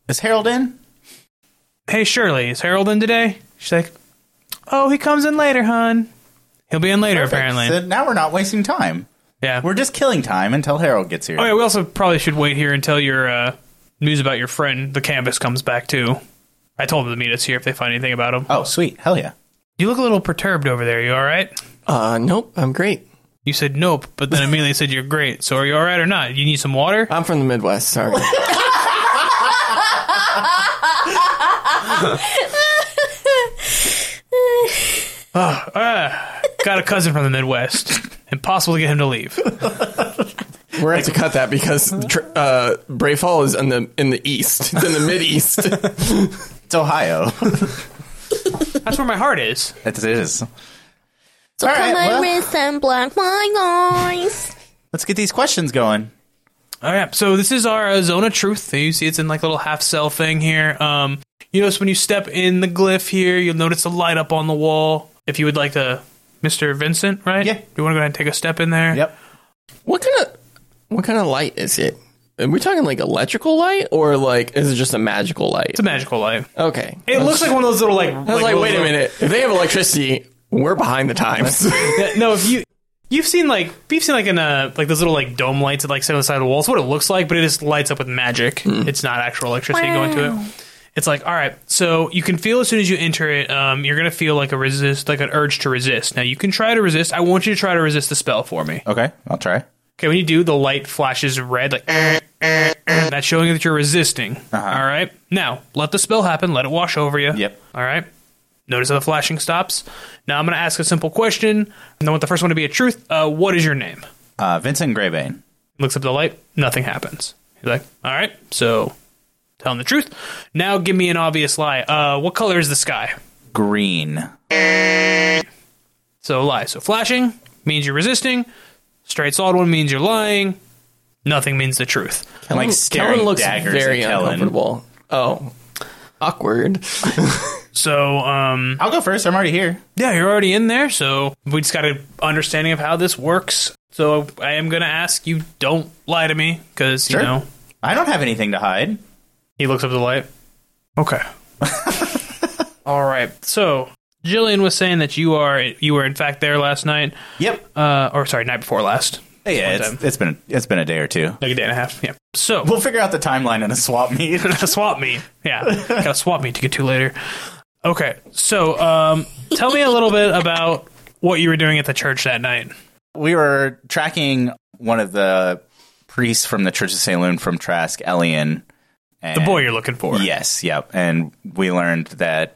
Speaker 5: Is Harold in?
Speaker 6: hey Shirley, is Harold in today? She's like, oh, he comes in later, hon. He'll be in later, apparently.
Speaker 5: So now we're not wasting time.
Speaker 6: yeah.
Speaker 5: We're just killing time until Harold gets here.
Speaker 6: oh yeah, we also probably should wait here until your uh, news about your friend, the canvas, comes back too. I told them to meet us here if they find anything about him.
Speaker 5: Oh, sweet. Hell yeah.
Speaker 6: You look a little perturbed over there. You all right?
Speaker 2: Uh, nope. I'm great.
Speaker 6: You said nope, but then immediately said you're great. So are you all right or not? You need some water?
Speaker 2: I'm from the Midwest. Sorry.
Speaker 6: Got a cousin from the Midwest. Impossible to get him to leave.
Speaker 2: We're gonna have to cut that because tr- uh, Brave Hall is in the in the east. It's in the mid east.
Speaker 5: It's Ohio.
Speaker 6: That's where my heart is.
Speaker 5: it is.
Speaker 3: So
Speaker 5: All right,
Speaker 3: come my
Speaker 5: well-
Speaker 3: wrist and black my eyes.
Speaker 5: Let's get these questions going.
Speaker 6: All right, so this is our uh, zone of truth. You see, it's in like a little half cell thing here. Um, you notice when you step in the glyph here, you'll notice a light up on the wall. If you would like to Mr. Vincent, right?
Speaker 5: Yeah.
Speaker 6: Do you want to go ahead and take a step in there?
Speaker 5: Yep.
Speaker 2: What kind of what kind of light is it? Are we talking like electrical light or like is it just a magical light?
Speaker 6: It's a magical light.
Speaker 2: Okay.
Speaker 6: It looks like one of those little like.
Speaker 2: I was like, wait a minute. If they have electricity, we're behind the times.
Speaker 6: minute. No, if you you've seen like you've seen like in a like those little like dome lights that like sit on the side of the walls. What it looks like, but it just lights up with magic. It's not actual electricity going to it. It's like all right, so you can feel as soon as you enter it, um, you're gonna feel like a resist, like an urge to resist. Now you can try to resist. I want you to try to resist the spell for me.
Speaker 1: Okay, I'll try.
Speaker 6: Okay, when you do, the light flashes red, like that's showing that you're resisting. All right, now let the spell happen. Let it wash over you.
Speaker 1: Yep.
Speaker 6: All right. Notice how the flashing stops. Now I'm going to ask a simple question. and I want the first one to be a truth. Uh, what is your name?
Speaker 1: Uh, Vincent Greybane.
Speaker 6: Looks up at the light. Nothing happens. He's like, all right. So tell him the truth. Now give me an obvious lie. Uh, what color is the sky?
Speaker 1: Green.
Speaker 6: So lie. So flashing means you're resisting. Straight solid one means you're lying. Nothing means the truth.
Speaker 1: like staring
Speaker 2: Kellen looks
Speaker 1: daggers
Speaker 2: very
Speaker 1: at Kellen.
Speaker 2: uncomfortable. Oh, awkward. Mm-hmm.
Speaker 6: So um,
Speaker 5: I'll go first. I'm already here.
Speaker 6: Yeah, you're already in there, so we just got an understanding of how this works. So I am going to ask you don't lie to me, because,
Speaker 5: Sure.
Speaker 6: you know,
Speaker 5: I don't have anything to hide.
Speaker 6: he looks up at the light. Okay. All right. So Jillian was saying that you are you were in fact there last night,
Speaker 5: Yep.
Speaker 6: uh, or sorry, night before last,
Speaker 1: Yeah,
Speaker 6: One
Speaker 1: it's, it's been it's been a day or two.
Speaker 6: like a day and a half. Yeah. So
Speaker 5: We'll figure out the timeline in a swap meet.
Speaker 6: a swap meet. Yeah, got a swap meet to get to later. Okay. So um, tell me a little bit about what you were doing at the church that night.
Speaker 5: we were tracking one of the priests from the Church of St. Loon from Trask, Elian. And
Speaker 6: The boy you're looking for.
Speaker 5: Yes, yep. And we learned that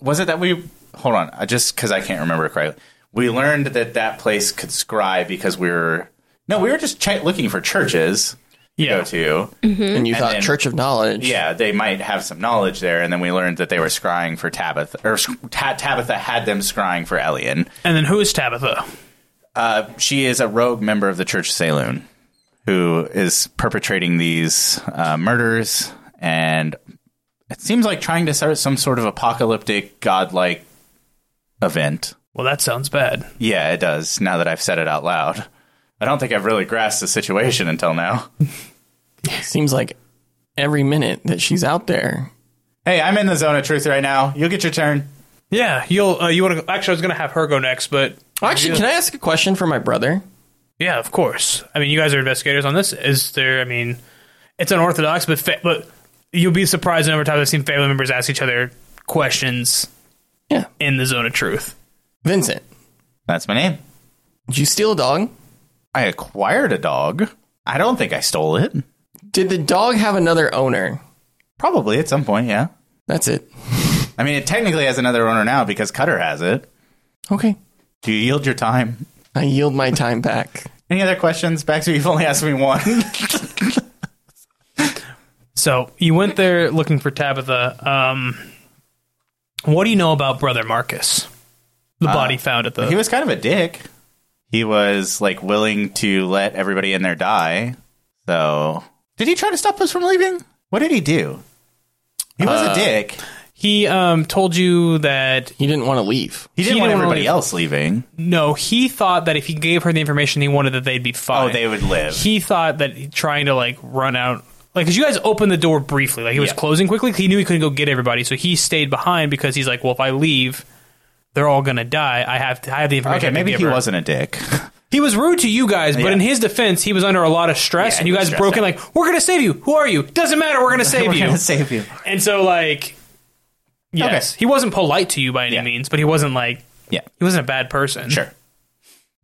Speaker 5: was it that we hold on, I just because I can't remember correctly. We learned that that place could scry because we were no, we were just ch- looking for churches to
Speaker 6: Yeah.
Speaker 5: go to.
Speaker 2: And you thought
Speaker 5: then-
Speaker 2: Church of Knowledge.
Speaker 5: Yeah, they might have some knowledge there. And then we learned that they were scrying for Tabitha, or sc- Ta- Tabitha had them scrying for Elian.
Speaker 6: And then who is Tabitha?
Speaker 5: she is a rogue member of the Church of Saloon who is perpetrating these uh, murders and it seems like trying to start some sort of apocalyptic godlike event.
Speaker 6: Well, that sounds bad.
Speaker 5: Yeah, it does, now that I've said it out loud. I don't think I've really grasped the situation until now.
Speaker 2: Seems like every minute that she's out there.
Speaker 5: Hey, I'm in the zone of truth right now. You'll get your turn.
Speaker 6: Yeah, you'll. Uh, you want to? Actually, I was going to have her go next, but
Speaker 2: Actually, can I ask a question for my brother?
Speaker 6: yeah, of course. I mean, you guys are investigators on this. Is there? I mean, it's unorthodox, but fa- but you'll be surprised the number of times I've seen family members ask each other questions
Speaker 2: Yeah.
Speaker 6: in the zone of truth.
Speaker 2: Vincent,
Speaker 5: That's my name.
Speaker 2: did you steal a dog?
Speaker 5: I acquired a dog. I don't think I stole it.
Speaker 2: Did the dog have another owner?
Speaker 5: Probably at some point, yeah.
Speaker 2: That's it.
Speaker 5: I mean, it technically has another owner now because Cutter has it.
Speaker 2: Okay.
Speaker 5: Do you yield your time?
Speaker 2: I yield my time back.
Speaker 5: Any other questions? Baxter, you've only asked me one.
Speaker 6: So you went there looking for Tabitha. Um, what do you know about Brother Marcus? The body found at
Speaker 5: Uh, he
Speaker 6: the.
Speaker 5: was kind of a dick. He was like willing to let everybody in there die. So, did he try to stop us from leaving? What did he do? He was a dick.
Speaker 6: He um told you that
Speaker 2: He didn't want to leave.
Speaker 5: He didn't
Speaker 6: he
Speaker 5: want
Speaker 6: didn't
Speaker 5: everybody
Speaker 6: really-
Speaker 5: else leaving.
Speaker 6: no. He thought that if he gave her the information he wanted, that they'd be fine.
Speaker 5: Oh, they would live.
Speaker 6: he thought that trying to like run out like because you guys opened the door briefly like he was
Speaker 5: Yeah.
Speaker 6: closing quickly he knew he couldn't go get everybody so he stayed behind because he's like well if i leave they're all gonna die i have to i have the information
Speaker 5: okay,
Speaker 6: I can
Speaker 5: maybe
Speaker 6: give
Speaker 5: he
Speaker 6: her.
Speaker 5: wasn't a dick.
Speaker 6: he was rude to you guys but
Speaker 5: Yeah.
Speaker 6: in his defense he was under a lot of stress
Speaker 5: Yeah,
Speaker 6: and
Speaker 5: he
Speaker 6: you
Speaker 5: was
Speaker 6: guys
Speaker 5: stressed
Speaker 6: broke in
Speaker 5: out.
Speaker 6: like we're gonna save you who are you doesn't matter we're gonna save you
Speaker 5: save you.
Speaker 6: and so like yes he wasn't polite to you by any
Speaker 5: Yeah.
Speaker 6: means but he wasn't like
Speaker 5: Yeah,
Speaker 6: he wasn't a bad person
Speaker 5: sure.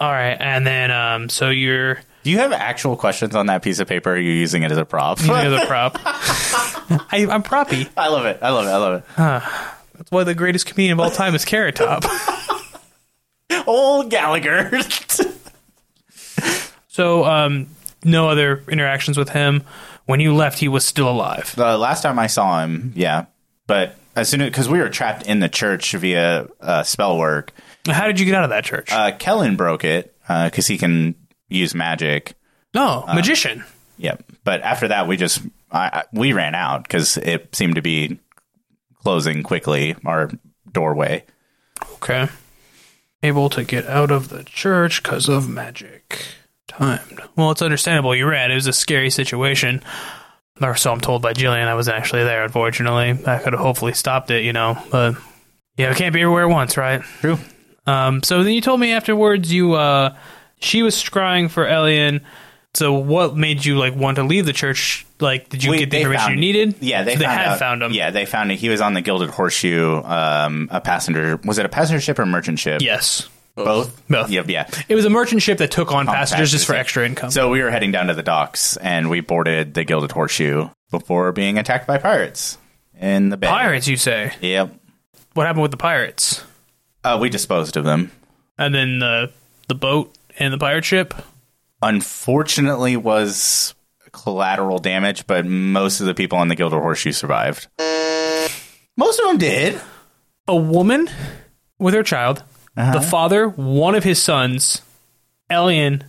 Speaker 6: all right and then um so you're
Speaker 5: Do you have actual questions on that piece of paper? Or are you using it as a prop?
Speaker 6: you're the prop I, i'm proppy
Speaker 5: I love it. I love it. I love it.
Speaker 6: why the greatest comedian of all time is Carrot Top.
Speaker 5: Old Gallagher.
Speaker 6: so, um, no other interactions with him. When you left, he was still alive.
Speaker 5: The last time I saw him, yeah. But as soon as because we were trapped in the church via uh, spell work,
Speaker 6: How did you get out of that church?
Speaker 5: uh, Kellen broke it because he can use magic.
Speaker 6: no, magician.
Speaker 5: Yep. But after that, we just I, I, we ran out because it seemed to be closing quickly our doorway.
Speaker 6: Okay. able to get out of the church because of magic. Timed. Well, it's understandable. You ran. It was a scary situation. Or so I'm told by Jillian. I wasn't actually there, unfortunately. I could have hopefully stopped it, you know. But yeah, we can't be everywhere at once, right? True. Um, so then you told me afterwards you uh, she was scrying for Elian. So what made you like want to leave the church? Like, did you
Speaker 5: We-
Speaker 6: get the
Speaker 5: they
Speaker 6: information
Speaker 5: found-
Speaker 6: you needed?
Speaker 5: Yeah, they,
Speaker 6: so they
Speaker 5: found
Speaker 6: had
Speaker 5: out-
Speaker 6: found him.
Speaker 5: Yeah, they found it. He was on the Gilded Horseshoe, um, a passenger. Was it a passenger ship or merchant ship?
Speaker 6: Yes.
Speaker 5: both.
Speaker 6: Both.
Speaker 5: Yep, yeah.
Speaker 6: It was a merchant ship that took on passengers just for
Speaker 5: yeah.
Speaker 6: extra income.
Speaker 5: So we were heading down to the docks, and we boarded the Gilded Horseshoe before being attacked by pirates in the bay.
Speaker 6: pirates, you say?
Speaker 5: Yep.
Speaker 6: What happened with the pirates?
Speaker 5: Uh, we disposed of them.
Speaker 6: And then the the boat and the pirate ship.
Speaker 5: Unfortunately, was collateral damage, but most of the people on the Gilded Horseshoe survived. Most of them did.
Speaker 6: A woman with her child, the father, one of his sons, Elian.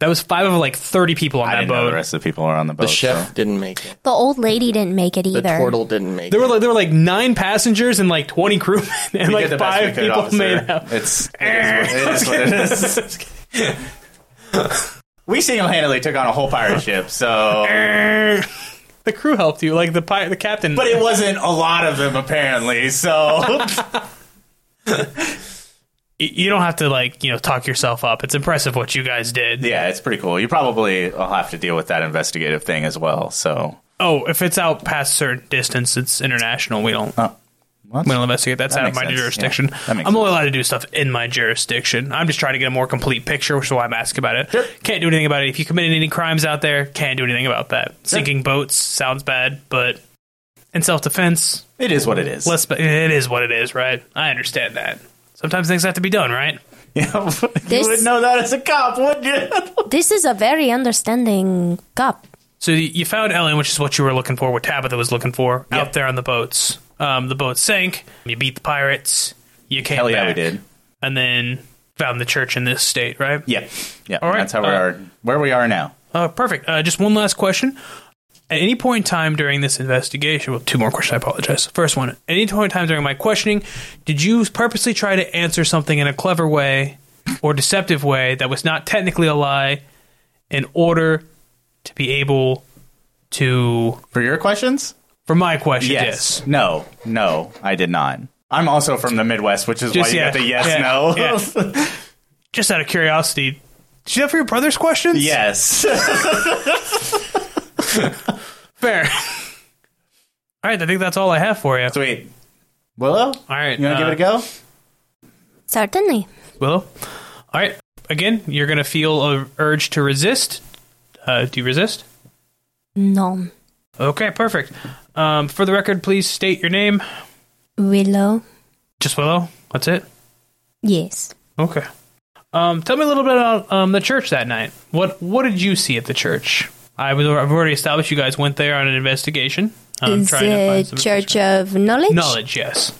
Speaker 6: That was five of like thirty people on
Speaker 5: I
Speaker 6: that
Speaker 5: didn't know
Speaker 6: boat.
Speaker 5: the rest of the people are on the boat.
Speaker 2: The chef didn't make it.
Speaker 3: The old lady didn't make it
Speaker 2: The
Speaker 3: either.
Speaker 2: turtle didn't make
Speaker 6: There were
Speaker 2: it.
Speaker 6: like there were like nine passengers and like twenty crewmen, and
Speaker 5: We
Speaker 6: like
Speaker 5: did the best we
Speaker 6: five
Speaker 5: could,
Speaker 6: people
Speaker 5: officer.
Speaker 6: made out.
Speaker 5: It's it is what it is. What it is. we single-handedly took on a whole pirate ship, so
Speaker 6: The crew helped you, like the pi- the captain.
Speaker 5: but it wasn't a lot of them apparently. So
Speaker 6: Y- you don't have to like you know talk yourself up. It's impressive what you guys did.
Speaker 5: yeah, it's pretty cool. You probably will have to deal with that investigative thing as well. So
Speaker 6: Oh, if it's out past certain distance, it's international. We don't.
Speaker 5: Oh, what?
Speaker 6: We don't investigate. That's
Speaker 5: That
Speaker 6: out of
Speaker 5: makes
Speaker 6: my
Speaker 5: sense.
Speaker 6: jurisdiction.
Speaker 5: Yeah, that
Speaker 6: I'm
Speaker 5: makes
Speaker 6: only allowed to do stuff in my jurisdiction. I'm just trying to get a more complete picture, which is why I'm asking about it. Can't do anything about it. If you committed any crimes out there, can't do anything about that. Sinking boats sounds bad, but in self defense,
Speaker 5: it is what it is.
Speaker 6: less. ba- It is what it is, right? I understand that. Sometimes things have to be done, right?
Speaker 5: Yeah, you
Speaker 3: This-
Speaker 5: wouldn't know that as a cop, would you?
Speaker 3: This is a very understanding cop.
Speaker 6: So y- you found Ellen, which is what you were looking for, what Tabitha was looking for, out there on the boats. Um, the boat sank. You beat the pirates. You came
Speaker 5: Hell yeah,
Speaker 6: back,
Speaker 5: we did.
Speaker 6: and then found the church in this state, right?
Speaker 5: Yeah, yeah.
Speaker 6: All right,
Speaker 5: That's how we
Speaker 6: uh,
Speaker 5: are. Where we are now.
Speaker 6: Uh, perfect. Uh, just one last question. At any point in time during this investigation, well, two more questions. I apologize. First one: At any point in time during my questioning, did you purposely try to answer something in a clever way or deceptive way that was not technically a lie, in order to be able to,
Speaker 5: For your questions?
Speaker 6: for my question, yes.
Speaker 5: No. No, I did not. I'm also from the Midwest, which is why
Speaker 6: Just
Speaker 5: you
Speaker 6: yeah,
Speaker 5: got the yes
Speaker 6: yeah,
Speaker 5: no.
Speaker 6: yeah. Just out of curiosity, did you have for your brother's questions?
Speaker 5: yes.
Speaker 6: fair. all right, I think that's all I have for you.
Speaker 5: Sweet. Willow?
Speaker 6: all right,
Speaker 5: You want to give
Speaker 6: uh,
Speaker 5: it a go?
Speaker 3: Certainly.
Speaker 6: Willow. All right. Again, you're going to feel a urge to resist. Uh, do you resist?
Speaker 3: No.
Speaker 6: Okay, perfect. Um, for the record, please state your name.
Speaker 3: Willow.
Speaker 6: Just Willow. That's it.
Speaker 3: Yes.
Speaker 6: Okay. Um, tell me a little bit about um, the church that night. What What did you see at the church? I was, I've already established you guys went there on an investigation. Um,
Speaker 3: It's the Church of Knowledge.
Speaker 6: knowledge. Yes.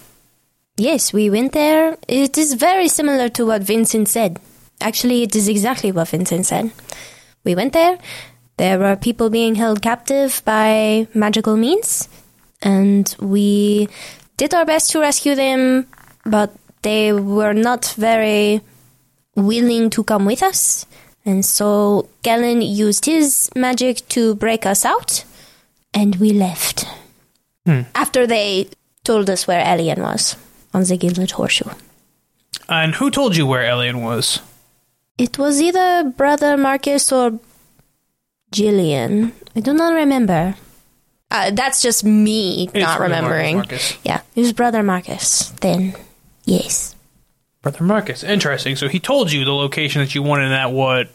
Speaker 3: Yes, we went there. It is very similar to what Vincent said. Actually, it is exactly what Vincent said. We went there. There were people being held captive by magical means, and we did our best to rescue them, but they were not very willing to come with us. And so Galen used his magic to break us out, and we left. After they told us where Elian was on the Gilded Horseshoe.
Speaker 6: And who told you where Elian was?
Speaker 3: It was either Brother Marcus or Jillian. I do not remember. Uh, that's just me not
Speaker 6: Brother
Speaker 3: remembering.
Speaker 6: Marcus, Marcus.
Speaker 3: Yeah, it was Brother Marcus then. Yes.
Speaker 6: Brother Marcus. Interesting. So he told you the location that you wanted and that what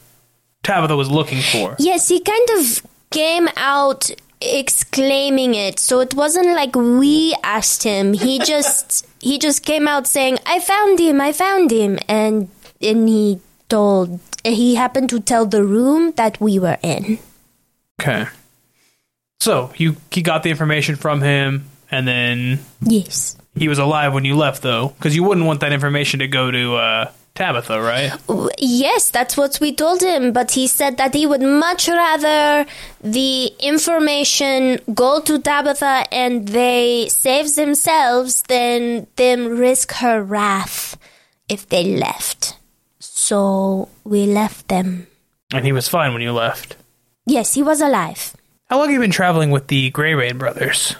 Speaker 6: Tabitha was looking for.
Speaker 3: Yes, he kind of came out exclaiming it. So it wasn't like we asked him. He just he just came out saying, "I found him. I found him." And and he told he happened to tell the room that we were in.
Speaker 6: Okay. So you he got the information from him, and then
Speaker 3: Yes.
Speaker 6: he was alive when you left, though, because you wouldn't want that information to go to uh, Tabitha, right?
Speaker 3: Yes, that's what we told him, but he said that he would much rather the information go to Tabitha and they save themselves than them risk her wrath
Speaker 7: if they left. So we left them.
Speaker 6: And he was fine when you left.
Speaker 7: Yes, he was alive.
Speaker 6: How long have you been traveling with the Grey Rain brothers?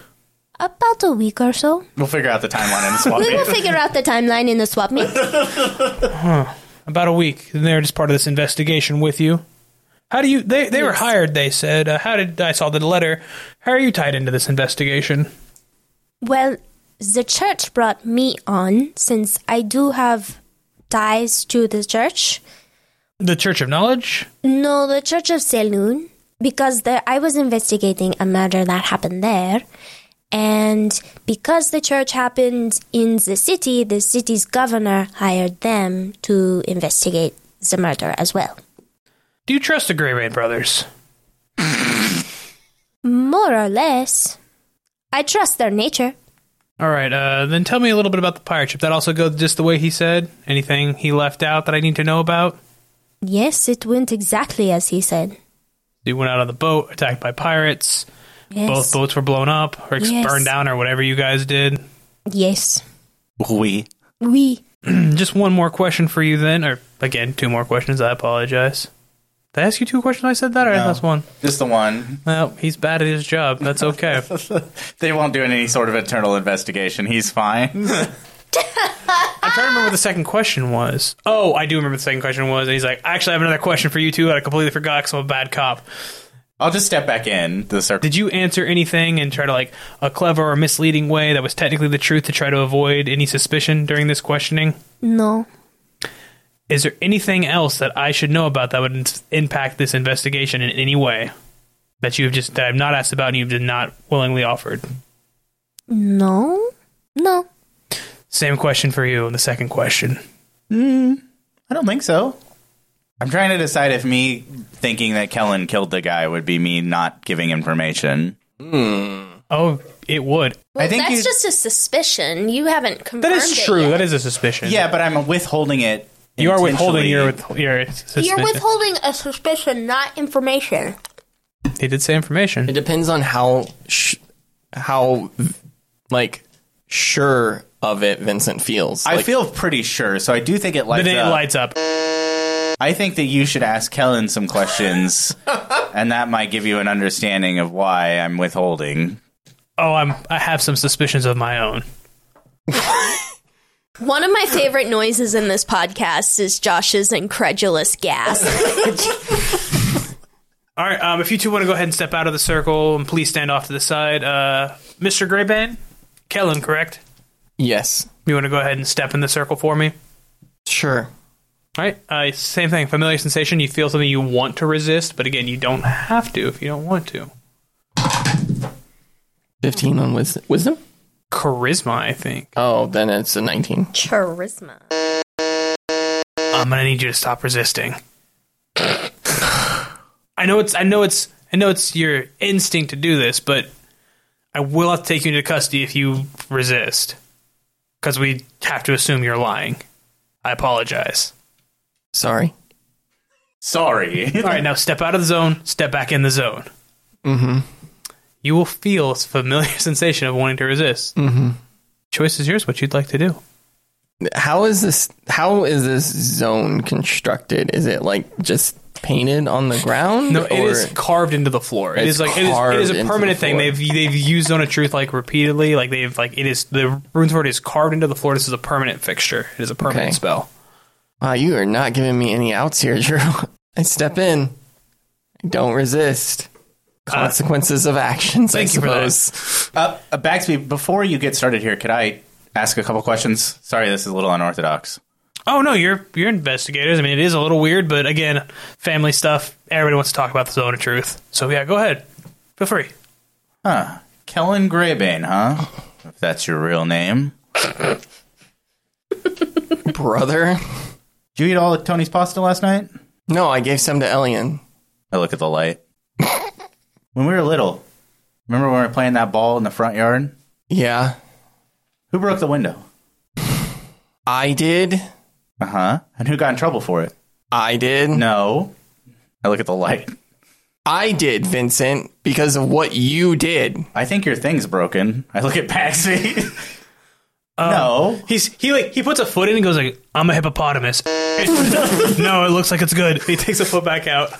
Speaker 7: About a week or so.
Speaker 5: We'll figure out the timeline in the swap
Speaker 7: We will
Speaker 5: meet.
Speaker 7: figure out the timeline in the swap meet.
Speaker 6: About a week. And they're just part of this investigation with you. How do you? They they were hired. They said. Uh, how did I saw the letter? How are you tied into this investigation?
Speaker 7: Well, the church brought me on since I do have ties to the church.
Speaker 6: The Church of Knowledge.
Speaker 7: No, the Church of Saloon, because there, I was investigating a murder that happened there. And because the church happened in the city, the city's governor hired them to investigate the murder as well.
Speaker 6: Do you trust the Grey Rain brothers?
Speaker 7: More or less. I trust their nature.
Speaker 6: All right. Uh, then tell me a little bit about the pirate ship. That also go just the way he said. Anything he left out that I need to know about?
Speaker 7: Yes, it went exactly as he said.
Speaker 6: They went out on the boat, attacked by pirates.
Speaker 7: Yes.
Speaker 6: Both boats were blown up or ex-
Speaker 7: Yes.
Speaker 6: burned down or whatever you guys did.
Speaker 7: Yes.
Speaker 1: We.
Speaker 7: We.
Speaker 6: Just one more question for you then, or again, two more questions. I apologize. Did I ask you two questions? when I said that, or
Speaker 5: No.
Speaker 6: that's one.
Speaker 5: Just the one.
Speaker 6: Well, he's bad at his job. That's okay.
Speaker 5: They won't do any sort of internal investigation. He's fine.
Speaker 6: I'm trying to remember what the second question was. Oh, I do remember the second question was. And he's like, actually, I have another question for you too. and I completely forgot because I'm a bad cop.
Speaker 5: I'll just step back in the circle.
Speaker 6: Did you answer anything and try to like a clever or misleading way that was technically the truth to try to avoid any suspicion during this questioning?
Speaker 7: No.
Speaker 6: Is there anything else that I should know about that would in- impact this investigation in any way that you have just that I've not asked about and you've just not willingly offered?
Speaker 7: No. No.
Speaker 6: Same question for you in the second question.
Speaker 5: I don't think so. I'm trying to decide if me thinking that Kellen killed the guy would be me not giving information.
Speaker 6: Oh, it would.
Speaker 5: I think
Speaker 3: That's
Speaker 5: you-
Speaker 3: just a suspicion. You haven't confirmed
Speaker 6: That is
Speaker 3: it
Speaker 6: true.
Speaker 3: yet.
Speaker 6: That is a suspicion.
Speaker 5: Yeah, but I'm withholding it.
Speaker 6: You are withholding your
Speaker 5: intentionally.
Speaker 6: with your suspicion.
Speaker 3: You're withholding a suspicion, not information.
Speaker 6: He did say
Speaker 2: It
Speaker 6: information.
Speaker 2: depends on how sh- how like sure of it Vincent feels.
Speaker 5: I
Speaker 2: Like,
Speaker 5: feel pretty sure, so I do think
Speaker 6: Then
Speaker 5: it lights
Speaker 6: it
Speaker 5: up.
Speaker 6: lights up.
Speaker 5: I think that you should ask Kellen some questions, and that might give you an understanding of why I'm withholding.
Speaker 6: Oh, I'm. I have some suspicions of my own.
Speaker 3: One of my favorite noises in this podcast is Josh's incredulous gasp.
Speaker 6: All right. Um, if you two want to go ahead and step out of the circle, and please stand off to the side. Uh, Mr. Greyban, Kellen, correct?
Speaker 2: yes,
Speaker 6: You want to go ahead and step in the circle for me?
Speaker 2: sure.
Speaker 6: All right. Uh, same thing. Familiar sensation. You feel something you want to resist, but again, you don't have to if you don't want to.
Speaker 2: Fifteen on wisdom. Wisdom?
Speaker 6: Charisma, I think.
Speaker 2: Oh, then it's a nineteen.
Speaker 3: Charisma.
Speaker 6: I'm gonna need you to stop resisting. I know it's I know it's I know it's your instinct to do this, but I will have to take you into custody if you resist. Cause we have to assume you're lying. I apologize.
Speaker 2: Sorry.
Speaker 5: Sorry.
Speaker 6: Alright, now step out of the zone, step back in the zone. Mm-hmm. You will feel a familiar sensation of wanting to resist. Mm-hmm. Choice is yours what you'd like to do.
Speaker 2: How is this? How is this zone constructed? Is it like just painted on the ground?
Speaker 6: No, it
Speaker 2: or-
Speaker 6: is carved into the floor. It
Speaker 2: It's
Speaker 6: is like it is, it
Speaker 2: carved
Speaker 6: is
Speaker 2: into
Speaker 6: a
Speaker 2: the
Speaker 6: permanent thing.
Speaker 2: floor.
Speaker 6: They've they've used Zone of Truth like repeatedly. Like they've like it is the runes for it is carved into the floor. This is a permanent fixture. It is a permanent
Speaker 2: Okay.
Speaker 6: spell.
Speaker 2: Wow, you are not giving me any outs here, Drew. I step in. I don't resist. Consequences of actions.
Speaker 6: Thank
Speaker 2: I
Speaker 6: you for that.
Speaker 2: suppose.
Speaker 5: Uh, uh, Baxby, before you get started here, could I ask a couple questions? Sorry, this is a little unorthodox.
Speaker 6: Oh no, you're you're investigators. I mean, it is a little weird, but again, family stuff. Everybody wants to talk about the Zone of Truth. So yeah, go ahead. Feel free.
Speaker 5: Huh. Kellen Graybane, huh? If that's your real name.
Speaker 2: brother.
Speaker 5: Did you eat all of Tony's pasta last night?
Speaker 2: No, I gave some to Elian.
Speaker 5: I look at the light. when we were little, remember when we were playing that ball in the front yard?
Speaker 2: Yeah,
Speaker 5: Who broke the window?
Speaker 2: I did.
Speaker 5: Uh huh. And who got in trouble for it?
Speaker 2: I did.
Speaker 5: No. I look at the light.
Speaker 2: I did, Vincent, because of what you did.
Speaker 5: I think your thing's broken. I look at Paxi.
Speaker 6: Oh.
Speaker 5: no.
Speaker 6: Um, He's he like he puts a foot in and goes like I'm a hippopotamus. no, it looks like it's good. He takes a foot back out.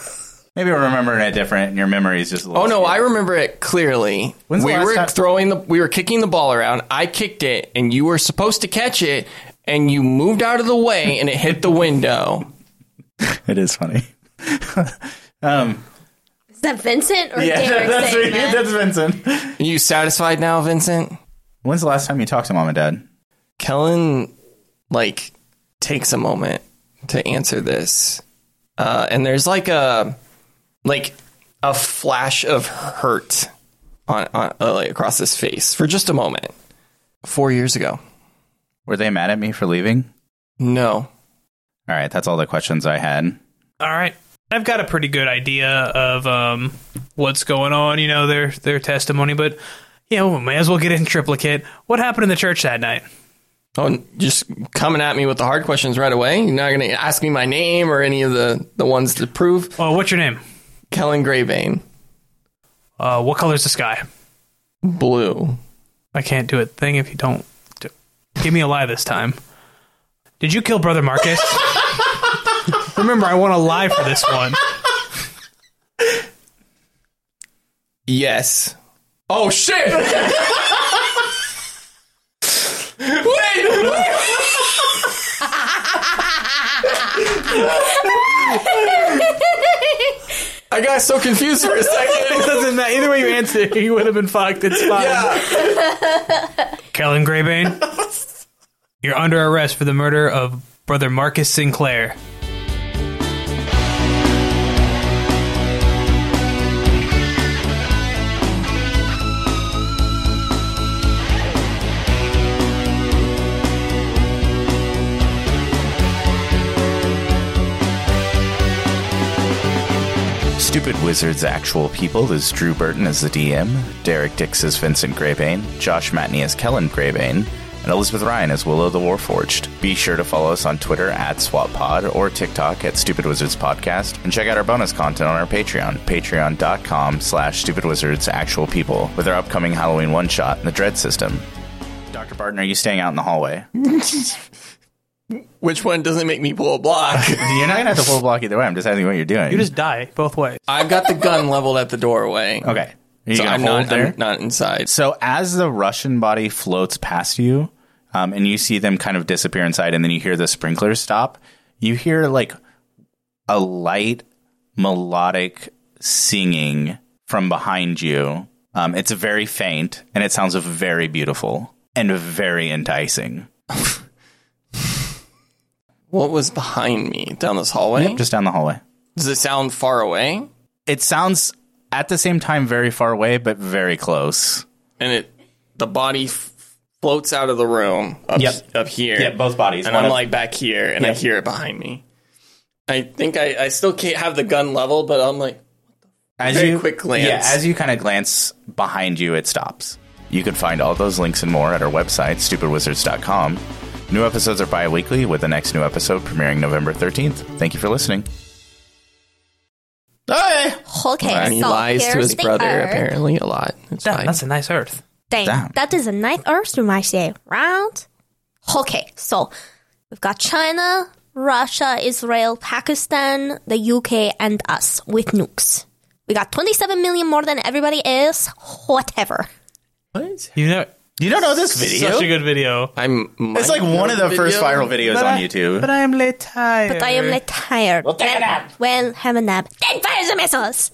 Speaker 5: Maybe we're remembering it different, and your memory is just. A little
Speaker 2: Oh no, I
Speaker 5: skewed.
Speaker 2: remember it clearly.
Speaker 5: When's the
Speaker 2: we
Speaker 5: last
Speaker 2: were
Speaker 5: time-
Speaker 2: throwing the we were kicking the ball around. I kicked it and you were supposed to catch it and you moved out of the way and it hit the window.
Speaker 5: It is funny. um,
Speaker 3: Is that Vincent or
Speaker 5: yeah,
Speaker 3: Derek
Speaker 5: that's,
Speaker 3: saying that?
Speaker 5: that's Vincent.
Speaker 2: Are you satisfied now, Vincent?
Speaker 5: When's the last time you talked to mom and dad?
Speaker 2: Kellen like takes a moment to answer this. Uh, and there's like a like a flash of hurt on, on uh, like across his face for just a moment. 4 years ago.
Speaker 5: Were they mad at me for leaving?
Speaker 2: No.
Speaker 5: All right, that's all the questions I had.
Speaker 6: All right. I've got a pretty good idea of um, what's going on, you know, their their testimony, but you know, we may as well get it in triplicate. What happened in the church that night?
Speaker 2: Oh, and just coming at me with the hard questions right away. You're not going to ask me my name or any of the, the ones to prove.
Speaker 6: Oh, what's your name?
Speaker 2: Kellen Graybane,
Speaker 6: Uh, what color's the sky?
Speaker 2: blue.
Speaker 6: I can't do a thing if you don't do- give me a lie this time. Did you kill brother Marcus? Remember, I want a lie for this one.
Speaker 2: Yes. Oh, shit! Wait! I got so confused for a second.
Speaker 6: Doesn't matter. Either way you answer, you would have been fucked. It's fine.
Speaker 2: Yeah.
Speaker 6: Kellen Graybane, you're under arrest for the murder of brother Marcus Sinclair.
Speaker 1: Stupid Wizards Actual People is Drew Burton as the DM, Derek Dix as Vincent Graybane, Josh Matney as Kellen Graybane, and Elizabeth Ryan as Willow the Warforged. Be sure to follow us on Twitter at SwatPod or TikTok at Stupid Wizards Podcast, and check out our bonus content on our Patreon, patreon.com slash Stupid Wizards Actual People, with our upcoming Halloween one-shot in the Dread System.
Speaker 5: Dr. Barton, are you staying out in the hallway?
Speaker 2: Which one doesn't make me pull a block?
Speaker 5: You're not gonna have to full block either way. I'm just asking what you're doing.
Speaker 6: You just die both ways.
Speaker 2: I've got the gun leveled at the doorway.
Speaker 5: okay. Are you
Speaker 2: So
Speaker 5: gonna
Speaker 2: I'm
Speaker 5: hold
Speaker 2: not,
Speaker 5: there?
Speaker 2: I'm not inside.
Speaker 5: So as the Russian body floats past you, um, and you see them kind of disappear inside, and then you hear the sprinklers stop. You hear like a light melodic singing from behind you. Um, it's very faint, and it sounds very beautiful and very enticing.
Speaker 2: What was behind me down this hallway?
Speaker 5: Just down the hallway.
Speaker 2: Does it sound far away?
Speaker 5: It sounds at the same time very far away, but very close.
Speaker 2: And it, the body f- floats out of the room up,
Speaker 5: Yep.
Speaker 2: up here.
Speaker 5: both bodies.
Speaker 2: and I'm like back here, and I hear it behind me. I think I, I still can't have the gun leveled, but I'm like,
Speaker 5: as
Speaker 2: Very quick glance.
Speaker 5: Yeah, as you kind of glance behind you, it stops. You can find all those links and more at our website, stupidwizards.com. New episodes are bi weekly, with the next new episode premiering November 13th. Thank you for listening. Hey!
Speaker 3: Okay,
Speaker 2: and he
Speaker 3: salt
Speaker 2: lies to his
Speaker 3: piercing
Speaker 2: brother
Speaker 3: earth.
Speaker 2: apparently a lot. It's
Speaker 6: Damn,
Speaker 2: fine.
Speaker 6: that's a nice earth.
Speaker 3: Dang,
Speaker 5: Damn.
Speaker 3: that is a nice earth room, I say, right? Okay, so we've got China, Russia, Israel, Pakistan, the UK, and us with nukes. We got 27 million more than everybody else, whatever.
Speaker 6: You know,
Speaker 5: You don't know this video?
Speaker 6: such a good video.
Speaker 2: I'm.
Speaker 5: it's like one of the first viral videos on YouTube.
Speaker 6: I am late tired.
Speaker 3: But I am like tired. Well, take a nap. Well, have a nap. Then fire the missiles!